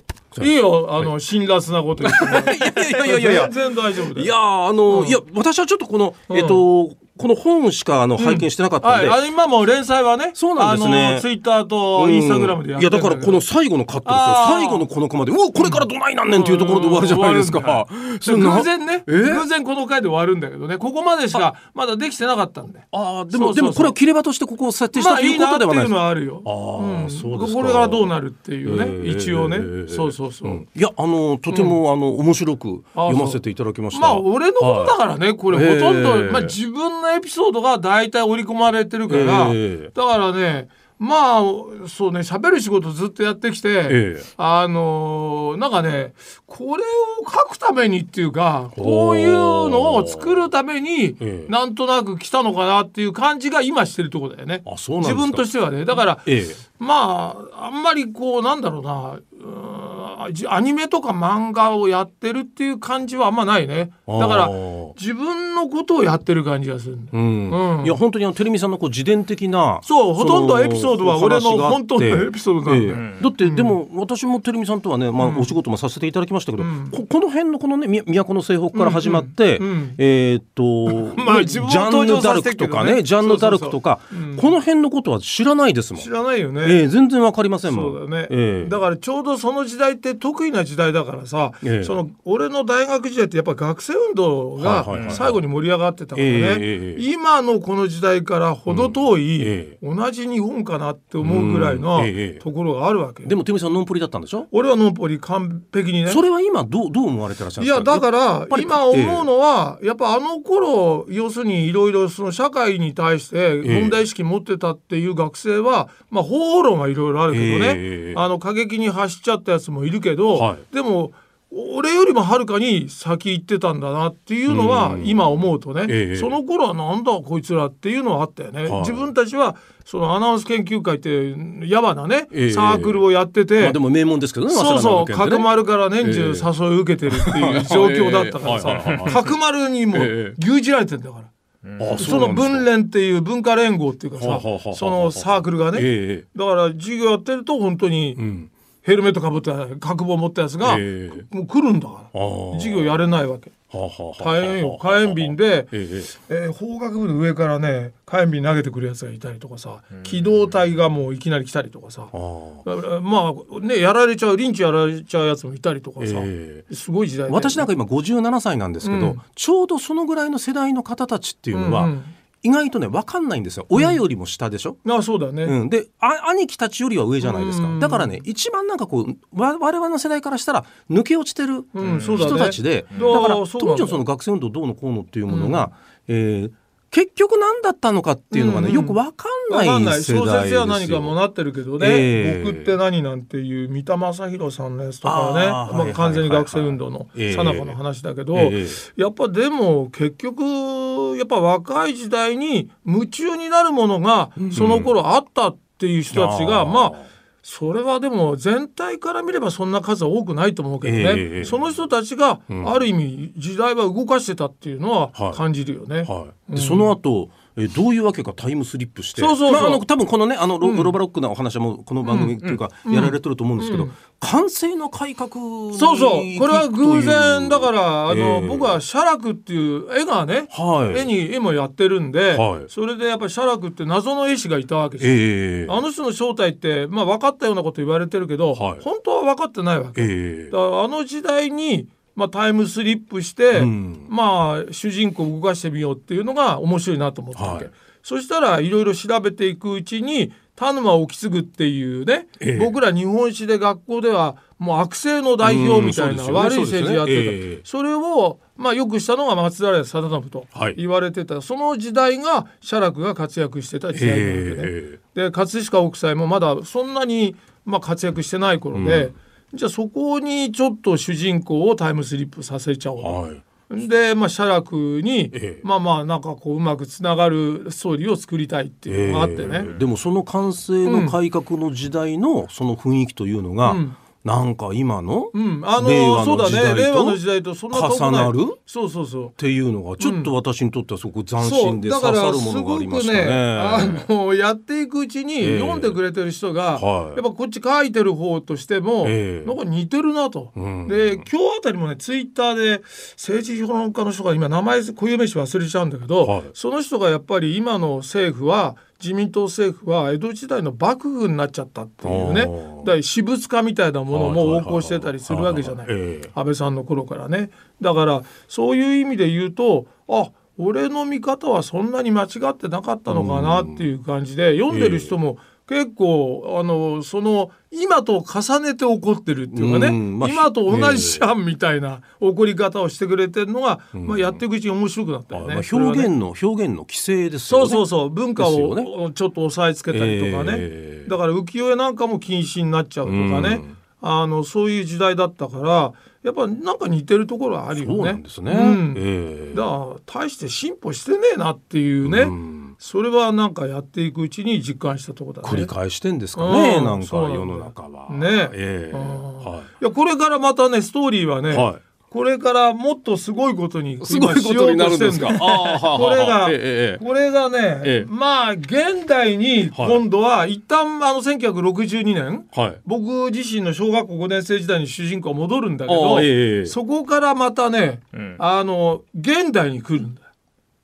[SPEAKER 2] いいよ、あの、辛辣なこと言っても。
[SPEAKER 4] いやいやいやいやいや。
[SPEAKER 2] 全然大丈夫だよ。
[SPEAKER 4] いやーあの、いや私はちょっとこの、えっと。この本しかあの拝見してなかったん
[SPEAKER 2] はい、
[SPEAKER 4] で、
[SPEAKER 2] あの今も連載はね、
[SPEAKER 4] そうなんですね
[SPEAKER 2] あのツイッターと
[SPEAKER 4] うん
[SPEAKER 2] インスタグラムでや
[SPEAKER 4] い
[SPEAKER 2] って
[SPEAKER 4] や
[SPEAKER 2] んけ
[SPEAKER 4] だ
[SPEAKER 2] ど
[SPEAKER 4] からこの最後のカットですよ
[SPEAKER 2] あー
[SPEAKER 4] 最後のこのコマでうわこれからどないなんねんっていうところで終わるじゃないですか、それな
[SPEAKER 2] 偶然ね、
[SPEAKER 4] え
[SPEAKER 2] 偶然この回で終わるんだけどね、ここまでしかまだできてなかったんで。
[SPEAKER 4] ああで
[SPEAKER 2] そ
[SPEAKER 4] も
[SPEAKER 2] うそうそう
[SPEAKER 4] でもこれを切れ場としてここを設定し
[SPEAKER 2] ま
[SPEAKER 4] た
[SPEAKER 2] あ
[SPEAKER 4] と
[SPEAKER 2] い
[SPEAKER 4] い
[SPEAKER 2] いうな
[SPEAKER 4] こ
[SPEAKER 2] っ
[SPEAKER 4] と
[SPEAKER 2] て
[SPEAKER 4] ではないいうです
[SPEAKER 2] の
[SPEAKER 4] か
[SPEAKER 2] はあるよ。
[SPEAKER 4] ああそうですか
[SPEAKER 2] これがどうなるっていうね、
[SPEAKER 4] ええ
[SPEAKER 2] 一応ね、
[SPEAKER 4] ええ
[SPEAKER 2] そうそうそう。
[SPEAKER 4] んいやあのとても、あの面白く読ませていただきました
[SPEAKER 2] まあ俺のことだからね、これほとんど、
[SPEAKER 4] ええ
[SPEAKER 2] まあ、自分のエピソードが大体織り込まれてるから、
[SPEAKER 4] ええ
[SPEAKER 2] だからねまあそうね喋る仕事ずっとやってきて、
[SPEAKER 4] ええ
[SPEAKER 2] あのーなんかねこれを書くためにっていうかこういうのを作るために
[SPEAKER 4] ええ
[SPEAKER 2] なんとなく来たのかなっていう感じが今してるところだよね。
[SPEAKER 4] あそうなんです
[SPEAKER 2] 自
[SPEAKER 4] か
[SPEAKER 2] 分としてはねだから、
[SPEAKER 4] ええ
[SPEAKER 2] まああんまりこうなんだろうなうーんじアニメとか漫画をやってるっていう感じはあんまないねだか
[SPEAKER 4] あ
[SPEAKER 2] ら
[SPEAKER 4] ー
[SPEAKER 2] 自分のことをやってる感じがするんだよ
[SPEAKER 4] うん
[SPEAKER 2] うん
[SPEAKER 4] いや本当にあのテレミさんのこう自伝的な
[SPEAKER 2] そうほ
[SPEAKER 4] の
[SPEAKER 2] とんどエピソードは俺の
[SPEAKER 4] お話があって
[SPEAKER 2] 本当のエピソードなんで
[SPEAKER 4] ええだってでも私もテレミさんとはね、まあ、お仕事もさせていただきましたけど、
[SPEAKER 2] ん
[SPEAKER 4] ここの辺のこのねみ都の西北から始まって、
[SPEAKER 2] うんうん
[SPEAKER 4] えーっと、
[SPEAKER 2] まあ自分も
[SPEAKER 4] ジャン
[SPEAKER 2] 登場
[SPEAKER 4] ヌ・ダ
[SPEAKER 2] さ
[SPEAKER 4] ル
[SPEAKER 2] せてる
[SPEAKER 4] クと
[SPEAKER 2] けど
[SPEAKER 4] か
[SPEAKER 2] ね
[SPEAKER 4] ねジャンヌ・ダルクとか
[SPEAKER 2] そうそうそううん
[SPEAKER 4] この辺のことは知らないですもん
[SPEAKER 2] 知。らないよね。
[SPEAKER 4] ええ全然わかりませんもん。
[SPEAKER 2] そうだよね、
[SPEAKER 4] ええ
[SPEAKER 2] だからちょうどその時代って得意な時代だからさ、
[SPEAKER 4] ええ
[SPEAKER 2] その俺の大学時代ってやっぱ学生運動
[SPEAKER 4] は
[SPEAKER 2] が
[SPEAKER 4] いはいはい
[SPEAKER 2] 最後に盛り上がってたからね、
[SPEAKER 4] ええええ
[SPEAKER 2] 今のこの時代から程遠い、
[SPEAKER 4] うんえ
[SPEAKER 2] 同じ日本かなって思うぐらいの
[SPEAKER 4] うんええ
[SPEAKER 2] ところがあるわけ、
[SPEAKER 4] でもテレミさんノンプリだったんでしょ、
[SPEAKER 2] 俺はノンポリ完璧にね
[SPEAKER 4] それは今どうどう思われてらっしゃる
[SPEAKER 2] い
[SPEAKER 4] んですか
[SPEAKER 2] やだから
[SPEAKER 4] ぱり
[SPEAKER 2] 今思うのはやっぱあの頃要するにいろいろその社会に対して問題意識持ってたっていう学生はまあ方法論はいろいろあるけどね、
[SPEAKER 4] ええ
[SPEAKER 2] あの過激に走っちゃったやつもいるけど、
[SPEAKER 4] は
[SPEAKER 2] でも俺よりもはるかに先行ってたんだなっていうのは今思うとね、
[SPEAKER 4] ええ
[SPEAKER 2] その頃はなんだこいつらっていうのはあったよね、
[SPEAKER 4] はい
[SPEAKER 2] 自分たちはそのアナウンス研究会ってやばなね、
[SPEAKER 4] ええ
[SPEAKER 2] サークルをやってて、
[SPEAKER 4] まあ、でも名門ですけどね
[SPEAKER 2] そうそう
[SPEAKER 4] 早稲田の
[SPEAKER 2] 角
[SPEAKER 4] 学園ってね
[SPEAKER 2] 丸から年中誘い受けてるっていう状況だったから
[SPEAKER 4] ええはいはい
[SPEAKER 2] さ
[SPEAKER 4] はい
[SPEAKER 2] 角丸にも
[SPEAKER 4] え
[SPEAKER 2] う牛耳られてんだから、
[SPEAKER 4] あ
[SPEAKER 2] そ
[SPEAKER 4] な
[SPEAKER 2] の
[SPEAKER 4] んですか
[SPEAKER 2] 文連っていう文化連合っていうか
[SPEAKER 4] はあ
[SPEAKER 2] さ
[SPEAKER 4] はあはあはあ
[SPEAKER 2] そのサークルがね、
[SPEAKER 4] え
[SPEAKER 2] だから授業やってると本当に、
[SPEAKER 4] えうん
[SPEAKER 2] ヘルメットかぶって角棒持ったやつが、
[SPEAKER 4] ええ
[SPEAKER 2] もう来るんだから
[SPEAKER 4] ああ
[SPEAKER 2] 授業やれないわけ
[SPEAKER 4] はあはあはあ
[SPEAKER 2] 火炎よ火炎瓶で、
[SPEAKER 4] ええ
[SPEAKER 2] えー法学部の上からね火炎瓶投げてくるやつがいたりとかさ機動隊がもういきなり来たりとかさ
[SPEAKER 4] ああ
[SPEAKER 2] だからまあねやられちゃうリンチやられちゃうやつもいたりとかさ、
[SPEAKER 4] え
[SPEAKER 2] すごい時代だよね
[SPEAKER 4] 私なんか今57歳なんですけど、
[SPEAKER 2] うん
[SPEAKER 4] ちょうどそのぐらいの世代の方たちっていうのは、
[SPEAKER 2] うんうん
[SPEAKER 4] 意外とね分かんないんですよ親よりも下でしょ、
[SPEAKER 2] あそうだね、
[SPEAKER 4] うんであ兄貴たちよりは上じゃないですか、
[SPEAKER 2] うん
[SPEAKER 4] だからね一番なんかこうわ我々の世代からしたら抜け落ちてる
[SPEAKER 2] うんそうだね
[SPEAKER 4] 人たちで、
[SPEAKER 2] うん
[SPEAKER 4] だから
[SPEAKER 2] あ
[SPEAKER 4] 当
[SPEAKER 2] ーそうなんだ
[SPEAKER 4] 時のその学生運動どうのこうのっていうものが、えー結局何だったのかっていうのがね、
[SPEAKER 2] うん
[SPEAKER 4] よく分かんな
[SPEAKER 2] わかんないい
[SPEAKER 4] 世
[SPEAKER 2] 小
[SPEAKER 4] 代です
[SPEAKER 2] 説
[SPEAKER 4] よ。
[SPEAKER 2] や何かもなってるけどね「
[SPEAKER 4] ええ
[SPEAKER 2] 僕って何?」なんていう三田正宏さんのやつとかはね
[SPEAKER 4] あー
[SPEAKER 2] ま
[SPEAKER 4] は
[SPEAKER 2] あ、
[SPEAKER 4] い
[SPEAKER 2] 完全に学生運動の
[SPEAKER 4] ええ
[SPEAKER 2] さなかの話だけど、
[SPEAKER 4] え
[SPEAKER 2] やっぱでも結局やっぱ若い時代に夢中になるものがその頃あったっていう人たちが、
[SPEAKER 4] あー
[SPEAKER 2] まあそれはでも全体から見ればそんな数は多くないと思うけどね、
[SPEAKER 4] ええ
[SPEAKER 2] その人たちが
[SPEAKER 4] ん
[SPEAKER 2] ある意味時代は動かしてたっていうの
[SPEAKER 4] は
[SPEAKER 2] はい感じるよね。
[SPEAKER 4] はい、でその後えーどういうわけかタイムスリップして
[SPEAKER 2] そうそうそう
[SPEAKER 4] まあ、あの多分このねあのロ,、ロバロックなお話はもうこの番組というか、やられてると思うんですけど、完成の改革に
[SPEAKER 2] そうそうこれは偶然だからあの、
[SPEAKER 4] ええ
[SPEAKER 2] 僕は写楽っていう絵がね、
[SPEAKER 4] はい
[SPEAKER 2] 絵に絵もやってるんで、
[SPEAKER 4] はい
[SPEAKER 2] それでやっぱり写楽って謎の絵師がいたわけですよ
[SPEAKER 4] ええ
[SPEAKER 2] あの人の正体って、まあ、分かったようなこと言われてるけど、
[SPEAKER 4] はい
[SPEAKER 2] 本当は分かってないわけ。
[SPEAKER 4] ええ
[SPEAKER 2] だからあの時代に、まあ、タイムスリップして、
[SPEAKER 4] うん
[SPEAKER 2] まあ、主人公を動かしてみようっていうのが面白いなと思ったわけ、
[SPEAKER 4] はい
[SPEAKER 2] そしたらいろいろ調べていくうちに田沼意次っていうね、
[SPEAKER 4] ええ
[SPEAKER 2] 僕ら日本史で学校ではもう悪政の代表みたいな
[SPEAKER 4] うんそう
[SPEAKER 2] 悪い
[SPEAKER 4] ですよね
[SPEAKER 2] 政治やって
[SPEAKER 4] そ
[SPEAKER 2] た、
[SPEAKER 4] うですよねええ
[SPEAKER 2] それを、まあ、よくしたのが松平定信と
[SPEAKER 4] はい
[SPEAKER 2] 言われてた、その時代が写楽が活躍してた時代なわけね。
[SPEAKER 4] ええ
[SPEAKER 2] で葛飾北斎もまだそんなに、まあ、活躍してない頃で、じゃあそこにちょっと主人公をタイムスリップさせちゃおうと、
[SPEAKER 4] はい
[SPEAKER 2] で、まあ、写楽に、
[SPEAKER 4] ええ
[SPEAKER 2] まあまあなんかこううまくつながるストーリーを作りたいっていうのがあってね、
[SPEAKER 4] ええでもその完成の改革の時代のその雰囲気というのが、
[SPEAKER 2] うん
[SPEAKER 4] なんか今の、
[SPEAKER 2] う
[SPEAKER 4] っ
[SPEAKER 2] ん、あの
[SPEAKER 4] 令和の
[SPEAKER 2] そうだ
[SPEAKER 4] 時代
[SPEAKER 2] ね
[SPEAKER 4] と
[SPEAKER 2] 令和の時代とそんな遠くない
[SPEAKER 4] 重なる
[SPEAKER 2] そうそうそう
[SPEAKER 4] ていうのがちょっと私にとってはすごく斬
[SPEAKER 2] そう
[SPEAKER 4] 新で
[SPEAKER 2] だ
[SPEAKER 4] 刺
[SPEAKER 2] か
[SPEAKER 4] さ
[SPEAKER 2] ら
[SPEAKER 4] る
[SPEAKER 2] す
[SPEAKER 4] ものが
[SPEAKER 2] ご
[SPEAKER 4] ありま
[SPEAKER 2] く
[SPEAKER 4] した
[SPEAKER 2] ね
[SPEAKER 4] ね。
[SPEAKER 2] あのやっていくうちに
[SPEAKER 4] ええ
[SPEAKER 2] 読んでくれてる人が、
[SPEAKER 4] はい
[SPEAKER 2] やっぱこっち書いてる方としても、
[SPEAKER 4] ええ
[SPEAKER 2] なんか似てるなと、
[SPEAKER 4] うん
[SPEAKER 2] で今日あたりもねツイッターで政治評論家の人が今名前固有名詞忘れちゃうんだけど、
[SPEAKER 4] はい
[SPEAKER 2] その人がやっぱり今の政府は自民党政府は江戸時代の幕府になっちゃったっていうね
[SPEAKER 4] あー
[SPEAKER 2] だから私物化みたいなものも横行してたりするわけじゃない
[SPEAKER 4] はいはいはいはいええ
[SPEAKER 2] 安倍さんの頃からねだからそういう意味で言うとあ俺の見方はそんなに間違ってなかったのかなっていう感じで読んでる人も結構あのその今と重ねて怒ってるっていうかね、
[SPEAKER 4] うんまあ
[SPEAKER 2] 今と同じじゃんみたいな怒り方をしてくれてるのが、まあ、やっていくうちに面白くなったよね。
[SPEAKER 4] あ
[SPEAKER 2] それは
[SPEAKER 4] 表
[SPEAKER 2] ね
[SPEAKER 4] 現の、表現の規制ですよ
[SPEAKER 2] そ
[SPEAKER 4] ね。
[SPEAKER 2] うそうそう文化
[SPEAKER 4] ですよ
[SPEAKER 2] を
[SPEAKER 4] ね
[SPEAKER 2] ちょっと押さえつけたりとかね、
[SPEAKER 4] ええ
[SPEAKER 2] だから浮世絵なんかも禁止になっちゃうとかね、
[SPEAKER 4] うん
[SPEAKER 2] あのそういう時代だったからやっぱなんか似てるところはあるよね。
[SPEAKER 4] そうなんですね。
[SPEAKER 2] うん
[SPEAKER 4] ええ
[SPEAKER 2] だから大して進歩してねえなっていうね、
[SPEAKER 4] うん
[SPEAKER 2] それはなんかやっていくうちに実感したところだね。
[SPEAKER 4] 繰り返してんですかね、
[SPEAKER 2] うん
[SPEAKER 4] なんか
[SPEAKER 2] そうなんだ
[SPEAKER 4] 世の中は。
[SPEAKER 2] ね
[SPEAKER 4] ええ
[SPEAKER 2] うん
[SPEAKER 4] はい
[SPEAKER 2] やこれからまたねストーリーはね、
[SPEAKER 4] い。はい。
[SPEAKER 2] これからもっとすごいことに今
[SPEAKER 4] すごいことになるんですか。
[SPEAKER 2] しようとしてんだよ
[SPEAKER 4] ああはあ
[SPEAKER 2] これ
[SPEAKER 4] は
[SPEAKER 2] が
[SPEAKER 4] あええええ
[SPEAKER 2] これがね、
[SPEAKER 4] ええ
[SPEAKER 2] まあ現代に今度は一旦あの1962年
[SPEAKER 4] はい。
[SPEAKER 2] 僕自身の小学校5年生時代に主人公は戻るんだけ
[SPEAKER 4] あ
[SPEAKER 2] ど、
[SPEAKER 4] あええええ
[SPEAKER 2] そこからまたね、
[SPEAKER 3] ん
[SPEAKER 2] あの現代に来るんだよ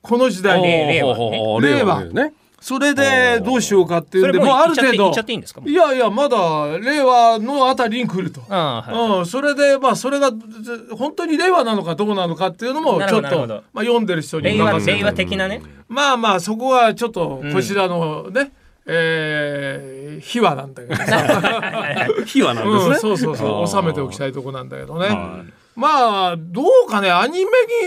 [SPEAKER 2] この時代に。
[SPEAKER 3] 令和
[SPEAKER 4] 和
[SPEAKER 2] ね
[SPEAKER 4] 令和ね。
[SPEAKER 2] それでどうしようかっていうん
[SPEAKER 3] それ
[SPEAKER 2] で
[SPEAKER 3] もう
[SPEAKER 2] もうある
[SPEAKER 3] 言っちゃって
[SPEAKER 2] 程度
[SPEAKER 3] 言っちゃっていいんですかもう
[SPEAKER 2] いやいやまだ令和のあたりに来ると。
[SPEAKER 3] ああはい
[SPEAKER 2] うん、それでまあそれがず本当に令和なのかどうなのかっていうのも
[SPEAKER 3] な
[SPEAKER 2] ち
[SPEAKER 3] る
[SPEAKER 2] ょ
[SPEAKER 3] ほど
[SPEAKER 2] っと
[SPEAKER 3] なるほど
[SPEAKER 2] まあ、読んでる人に
[SPEAKER 3] 令和
[SPEAKER 2] 任せ
[SPEAKER 3] 令和的なね
[SPEAKER 2] まあまあそこはちょっとこちらのね、えー秘話なんだけどさ、
[SPEAKER 4] 秘話な
[SPEAKER 2] うんん、
[SPEAKER 4] ですね。
[SPEAKER 2] そうそうそう収めておきたいとこなんだけどね、まあどうかねアニメ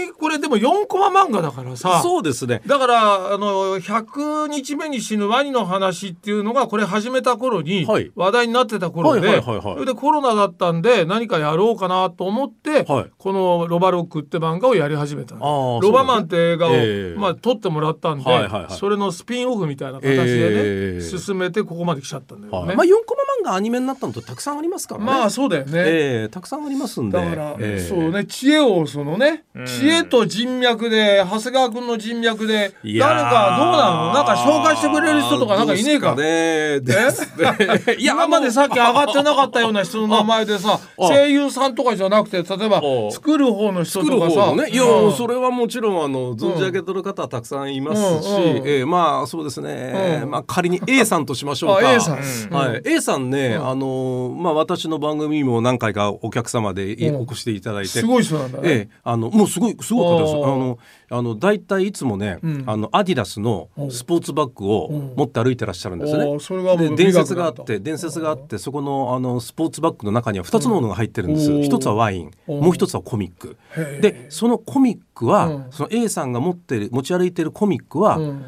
[SPEAKER 2] にこれでも4コマ漫画だからさ
[SPEAKER 4] そうですね。
[SPEAKER 2] だからあの100日目に死ぬワニの話っていうのがこれ始めた頃に
[SPEAKER 4] はい
[SPEAKER 2] 話題になってた頃
[SPEAKER 4] はい
[SPEAKER 2] で
[SPEAKER 4] はいはいはい
[SPEAKER 2] それでコロナだったんで何かやろうかなと思って、
[SPEAKER 4] はい
[SPEAKER 2] この「ロバロック」って漫画をやり始めた
[SPEAKER 4] あ
[SPEAKER 2] の
[SPEAKER 4] ー
[SPEAKER 2] ロバマンって映画を、
[SPEAKER 4] そうなんですねええ
[SPEAKER 2] まあ、撮ってもらったんで、
[SPEAKER 4] はいはいはい
[SPEAKER 2] それのスピンオフみたいな形でね、
[SPEAKER 4] ええ
[SPEAKER 2] 進めてここまで来ちゃったんだよ
[SPEAKER 4] はい
[SPEAKER 2] ね。
[SPEAKER 4] まあ四コマ漫画アニメになったのとたくさんありますからね。
[SPEAKER 2] まあそうだよね、
[SPEAKER 4] ええたくさんありますんで。
[SPEAKER 2] だから、
[SPEAKER 4] ええ
[SPEAKER 2] そう。ね知恵をそのね、知恵と人脈で長谷川君の人脈で
[SPEAKER 4] い
[SPEAKER 2] 誰
[SPEAKER 4] やー
[SPEAKER 2] かどうなのなんか紹介してくれる人とかなんかいねえか
[SPEAKER 4] どうですかね。 ですねい
[SPEAKER 2] いや今までさっき上がってなかったような人の名前で さ声優さんとかじゃなくて例えば
[SPEAKER 4] お
[SPEAKER 2] 作る方の人
[SPEAKER 4] 作る
[SPEAKER 2] とかさ
[SPEAKER 4] 方のね、いや、
[SPEAKER 2] うん
[SPEAKER 4] それはもちろんあの存じ上げてる方はたくさんいますし、
[SPEAKER 2] うんうんうん
[SPEAKER 4] えーまあそうですね、
[SPEAKER 2] うん
[SPEAKER 4] まあ仮に A さんとしましょうか。
[SPEAKER 2] あ A さん
[SPEAKER 4] はい、A さんね、あのーまあ私の番組にも何回かお客様でい
[SPEAKER 2] うん
[SPEAKER 4] お越していただいて、
[SPEAKER 2] すごい人なんだね、
[SPEAKER 4] ええ、あのもうすごいすごい方ですあ
[SPEAKER 2] おー
[SPEAKER 4] のあのだいたいいつもね、
[SPEAKER 2] ん
[SPEAKER 4] あのアディダスのスポーツバッグを
[SPEAKER 2] ん
[SPEAKER 4] 持って歩いてらっしゃるんです
[SPEAKER 2] おー
[SPEAKER 4] ね。
[SPEAKER 2] それがもう
[SPEAKER 4] で伝説
[SPEAKER 2] 美学
[SPEAKER 4] があ
[SPEAKER 2] だ
[SPEAKER 4] っ
[SPEAKER 2] と
[SPEAKER 4] て伝説があってそこのあのスポーツバッグの中には2つのものが入ってるんです。
[SPEAKER 2] うん
[SPEAKER 4] 一つはワイン、
[SPEAKER 2] おー
[SPEAKER 4] もう一つはコミック。
[SPEAKER 2] へえ
[SPEAKER 4] でそのコミックは、
[SPEAKER 2] うん
[SPEAKER 4] その A さんが持ってる持ち歩いてるコミックは、
[SPEAKER 2] うん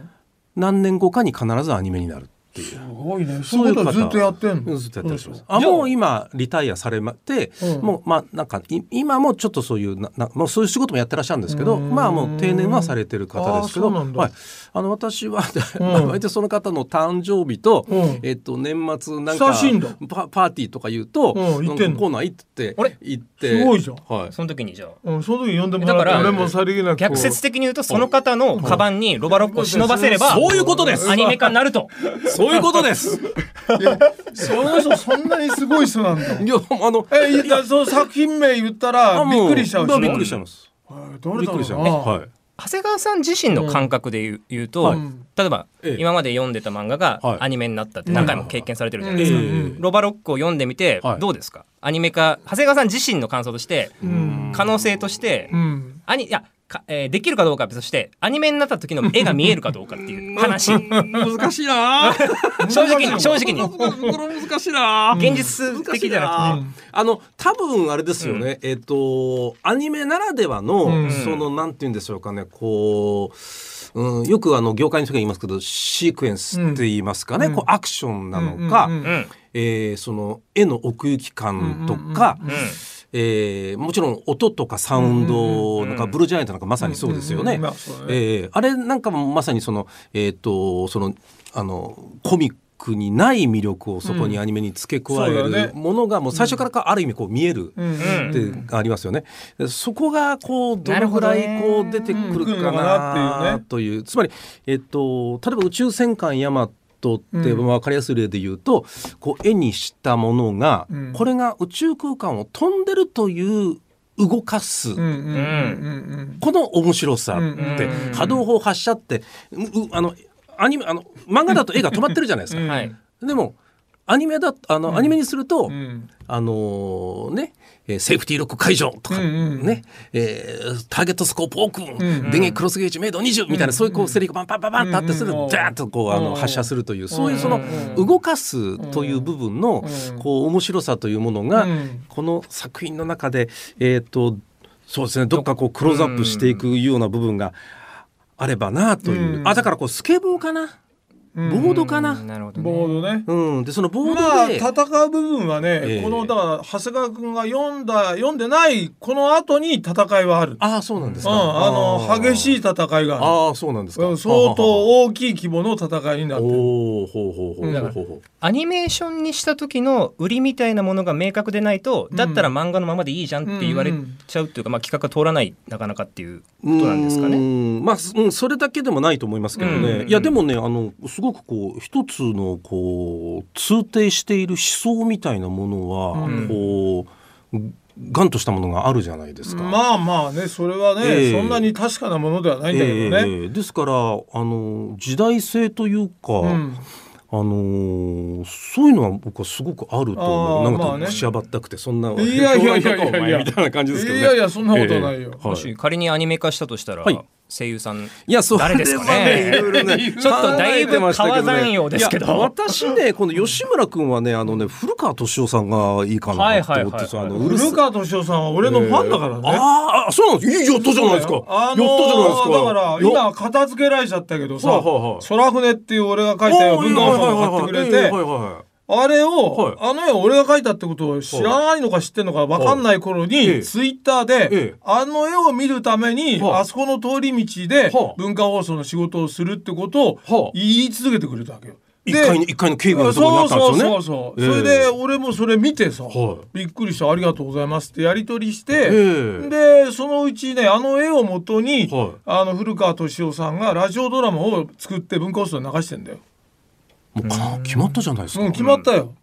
[SPEAKER 4] 何年後かに必ずアニメになる。
[SPEAKER 2] すごいねそういうことはずっとやってんの
[SPEAKER 4] ずっとやってます
[SPEAKER 2] そうそう
[SPEAKER 4] あ
[SPEAKER 2] じゃあ
[SPEAKER 4] もう今リタイアされまて、
[SPEAKER 2] うん
[SPEAKER 4] もうまあなんかい今もちょっとそういうななもうそういう仕事もやってらっしゃるんですけど、
[SPEAKER 2] うん
[SPEAKER 4] まあもう定年はされてる方ですけど、
[SPEAKER 2] あーそうなんだ
[SPEAKER 4] はい、あの私は、
[SPEAKER 2] ん
[SPEAKER 4] まあ割とその方の誕生日と、
[SPEAKER 2] うん
[SPEAKER 4] えっと年末なん
[SPEAKER 2] 親
[SPEAKER 4] か
[SPEAKER 2] しいんだ
[SPEAKER 4] パパーティーとか言うと、
[SPEAKER 2] うん行
[SPEAKER 4] な
[SPEAKER 2] ってんの
[SPEAKER 4] んかコーナー行って
[SPEAKER 3] あれ
[SPEAKER 4] 行って
[SPEAKER 2] すごいじゃん、
[SPEAKER 4] はい。
[SPEAKER 3] その時にじゃあ
[SPEAKER 2] うん、その時呼んでもらっ
[SPEAKER 3] だ
[SPEAKER 2] て
[SPEAKER 3] から
[SPEAKER 2] 俺もさりげなくこう
[SPEAKER 3] 逆説的に言うとその方のカバンにロバロックを忍ばせれば
[SPEAKER 4] そういうことです
[SPEAKER 3] アニメ化になると
[SPEAKER 4] そういうこと です。
[SPEAKER 2] その人そんなにすごい人なんだ
[SPEAKER 4] いやあの
[SPEAKER 2] えいやその作品名言った
[SPEAKER 4] あ
[SPEAKER 2] らび
[SPEAKER 4] も
[SPEAKER 2] っくりしちゃうし
[SPEAKER 4] まあびっくりしちゃいます。
[SPEAKER 2] えどれ
[SPEAKER 4] びっ
[SPEAKER 2] だ
[SPEAKER 4] く
[SPEAKER 2] ろう
[SPEAKER 4] りしちゃい
[SPEAKER 2] な
[SPEAKER 4] ます。はい。
[SPEAKER 3] 長谷川さん自身の感覚で言う,、言うと、
[SPEAKER 4] はい
[SPEAKER 3] 例えば、
[SPEAKER 4] ええ
[SPEAKER 3] 今まで読んでた漫画が
[SPEAKER 4] はい
[SPEAKER 3] アニメになったって何回も経験されてるじゃないですか、
[SPEAKER 4] え
[SPEAKER 3] ロバロックを読んでみて
[SPEAKER 4] はい
[SPEAKER 3] どうですか、アニメ化長谷川さん自身の感想として、
[SPEAKER 2] ん
[SPEAKER 3] 可能性として、
[SPEAKER 2] うん
[SPEAKER 3] アニいやかえーできるかどうかは別としてアニメになった時の絵が見えるかどうかっていう話
[SPEAKER 4] え難しいな。
[SPEAKER 3] 正直 に正直に
[SPEAKER 4] これ難しいな。
[SPEAKER 3] 現実的じゃなくて、
[SPEAKER 4] 難しいあの多分あれですよね、えっ、とアニメならではの、
[SPEAKER 2] うん
[SPEAKER 4] そのなんて言うんでしょうかねこう、うん、よくあの業界の人が言いますけどシークエンスって言いますかね、こうアクションなのか、
[SPEAKER 2] うんうんうん
[SPEAKER 3] うん
[SPEAKER 4] えーその絵の奥行き感とか、
[SPEAKER 3] うん
[SPEAKER 4] えーもちろん音とかサウンドなんか、ブルージャイアントなんかまさにそうですよね。
[SPEAKER 2] うんうんうんまあそうだね
[SPEAKER 4] えーあれなんかもまさにそのえっ、とそのあのコミック力にない魅力をそこにアニメに付け加え
[SPEAKER 2] うんそうだよ
[SPEAKER 4] る
[SPEAKER 2] ね
[SPEAKER 4] ものがもう最初からかある意味こう見える
[SPEAKER 6] うん
[SPEAKER 4] っ
[SPEAKER 3] ん
[SPEAKER 4] てありますよね。でそこがこうどのぐらいこう出てくるかなというつまり、えっと、例えば宇宙戦艦ヤマトって
[SPEAKER 6] うん
[SPEAKER 4] 分かりやすい例で言うと、こう絵にしたものが、
[SPEAKER 6] うん
[SPEAKER 4] これが宇宙空間を飛んでるという動かす、
[SPEAKER 6] うんうんうん
[SPEAKER 4] この面白さって、
[SPEAKER 3] うん
[SPEAKER 4] 波動砲発射ってううあのアニメあの漫画だと絵が止まってるじゃないですか。
[SPEAKER 6] うん
[SPEAKER 3] はい。
[SPEAKER 4] でもアニメだあの、アニメにすると、
[SPEAKER 6] うんうん
[SPEAKER 4] あのね、えーセーフティーロック解除とか、
[SPEAKER 6] うんうん
[SPEAKER 4] ね、えーターゲットスコープオープン、
[SPEAKER 6] ん
[SPEAKER 4] 電源クロスゲージメイド20みたいな、そういうこうセリフがパンパンパンパンってあって、
[SPEAKER 6] うんうん
[SPEAKER 4] それでダーッとこうあ
[SPEAKER 6] う
[SPEAKER 4] の
[SPEAKER 6] ん
[SPEAKER 4] 発射するという、そういうその
[SPEAKER 6] うん
[SPEAKER 4] 動かすという部分の
[SPEAKER 6] うん
[SPEAKER 4] こう面白さというものが
[SPEAKER 6] うん、
[SPEAKER 4] この作品の中で、えっと、そうですね、どっかこうクローズアップしていくような部分があればなというう。
[SPEAKER 6] ん
[SPEAKER 4] あ、だからこうスケボーかなボ
[SPEAKER 6] うん
[SPEAKER 4] ードかな
[SPEAKER 3] なるほどね。
[SPEAKER 6] ボードね。
[SPEAKER 4] うん。で、そのボー
[SPEAKER 2] まあ
[SPEAKER 4] ドで。
[SPEAKER 2] 戦う部分はね、
[SPEAKER 4] ええ
[SPEAKER 2] このだから長谷川君が読んだ読んでないこの後に戦いはある。
[SPEAKER 4] ああ、そうなんです
[SPEAKER 2] う
[SPEAKER 4] か。
[SPEAKER 2] ん、あの激しい
[SPEAKER 4] い。
[SPEAKER 2] 戦いがある。
[SPEAKER 4] ああ、そうなんですか。
[SPEAKER 2] うん相当大きい規模の戦いになってる。
[SPEAKER 4] おおほうほうほうほうほうほう
[SPEAKER 3] アニメーションにした時の売りみたいなものが明確でないと、だったら漫画のままでいいじゃんって言われちゃうっていうか、まあ企画が通らないなかなかっていうことなんですか
[SPEAKER 4] うー
[SPEAKER 3] ね。
[SPEAKER 4] んまあ、すうん、それだけでもないと思いますけどね、
[SPEAKER 3] うん
[SPEAKER 4] いやでもねあのすごくこう一つのこう通底している思想みたいなものは、
[SPEAKER 3] うん
[SPEAKER 4] こうガンとしたものがあるじゃないですか。
[SPEAKER 2] まあまあねそれはね、
[SPEAKER 4] ええ
[SPEAKER 2] そんなに確かなものではないんだけどね。
[SPEAKER 4] ええですからあの時代性というか、
[SPEAKER 2] うん
[SPEAKER 4] あのーそういうのは僕はすごくあると思
[SPEAKER 2] あー
[SPEAKER 4] うなんか
[SPEAKER 2] まあね
[SPEAKER 4] 口あばったくてそんない
[SPEAKER 2] やいやい やいやいや
[SPEAKER 4] 評論家かお前みたいな感じですけどね。
[SPEAKER 2] いやいやそんなことないよ
[SPEAKER 4] ええ
[SPEAKER 3] もし仮にアニメ化したとしたら、
[SPEAKER 4] はい
[SPEAKER 3] 声優さん
[SPEAKER 4] いや、それ
[SPEAKER 3] 誰ですかね
[SPEAKER 4] はいろいろね
[SPEAKER 3] ちょっとだいぶ
[SPEAKER 4] 考えてましたけどね
[SPEAKER 3] 川山用ですけど
[SPEAKER 4] いや私ね、この吉村君はね、あのね、古川敏夫さんがいいかなって思ってさ、
[SPEAKER 3] はいはいはいはい
[SPEAKER 4] あの、うる
[SPEAKER 2] 古
[SPEAKER 4] さ
[SPEAKER 2] 川敏夫さんは俺のファンだからね。
[SPEAKER 4] あーあ、そうなんです。いいやったじゃないですか。やった
[SPEAKER 2] あ
[SPEAKER 4] じ
[SPEAKER 2] のー
[SPEAKER 4] ゃないですか。
[SPEAKER 2] だから今片付けられちゃったけどさ、
[SPEAKER 4] はいはいはい
[SPEAKER 2] 空船っていう俺が書いた絵を文化さんが買ってくれて、あれを、
[SPEAKER 4] はい
[SPEAKER 2] あの絵を俺が描いたってことを知らないのか知ってんのか分かんない頃に、
[SPEAKER 4] ええ
[SPEAKER 2] ツイッターで、
[SPEAKER 4] ええ
[SPEAKER 2] あの絵を見るために、
[SPEAKER 4] はあ
[SPEAKER 2] あそこの通り道で、
[SPEAKER 4] はあ
[SPEAKER 2] 文化放送の仕事をするってことを
[SPEAKER 4] はあ
[SPEAKER 2] 言い続けてくれたわけよ。
[SPEAKER 4] 一
[SPEAKER 2] で
[SPEAKER 4] 階の、一階の警備
[SPEAKER 2] そ
[SPEAKER 4] の
[SPEAKER 2] う
[SPEAKER 4] ところにあ
[SPEAKER 2] そ
[SPEAKER 4] っ
[SPEAKER 2] う
[SPEAKER 4] たんですよね。
[SPEAKER 2] そうそう、
[SPEAKER 4] ええ
[SPEAKER 2] それで俺もそれ見てさ、
[SPEAKER 4] はい
[SPEAKER 2] びっくりして「ありがとうございます」ってやり取りして、
[SPEAKER 4] え
[SPEAKER 2] でそのうちねあの絵をもとに、
[SPEAKER 4] はい
[SPEAKER 2] あの古川敏夫さんがラジオドラマを作って文化放送で流してんだよ。
[SPEAKER 4] もうか、決まったじゃないです
[SPEAKER 2] うん
[SPEAKER 4] か。
[SPEAKER 2] 決まったよ。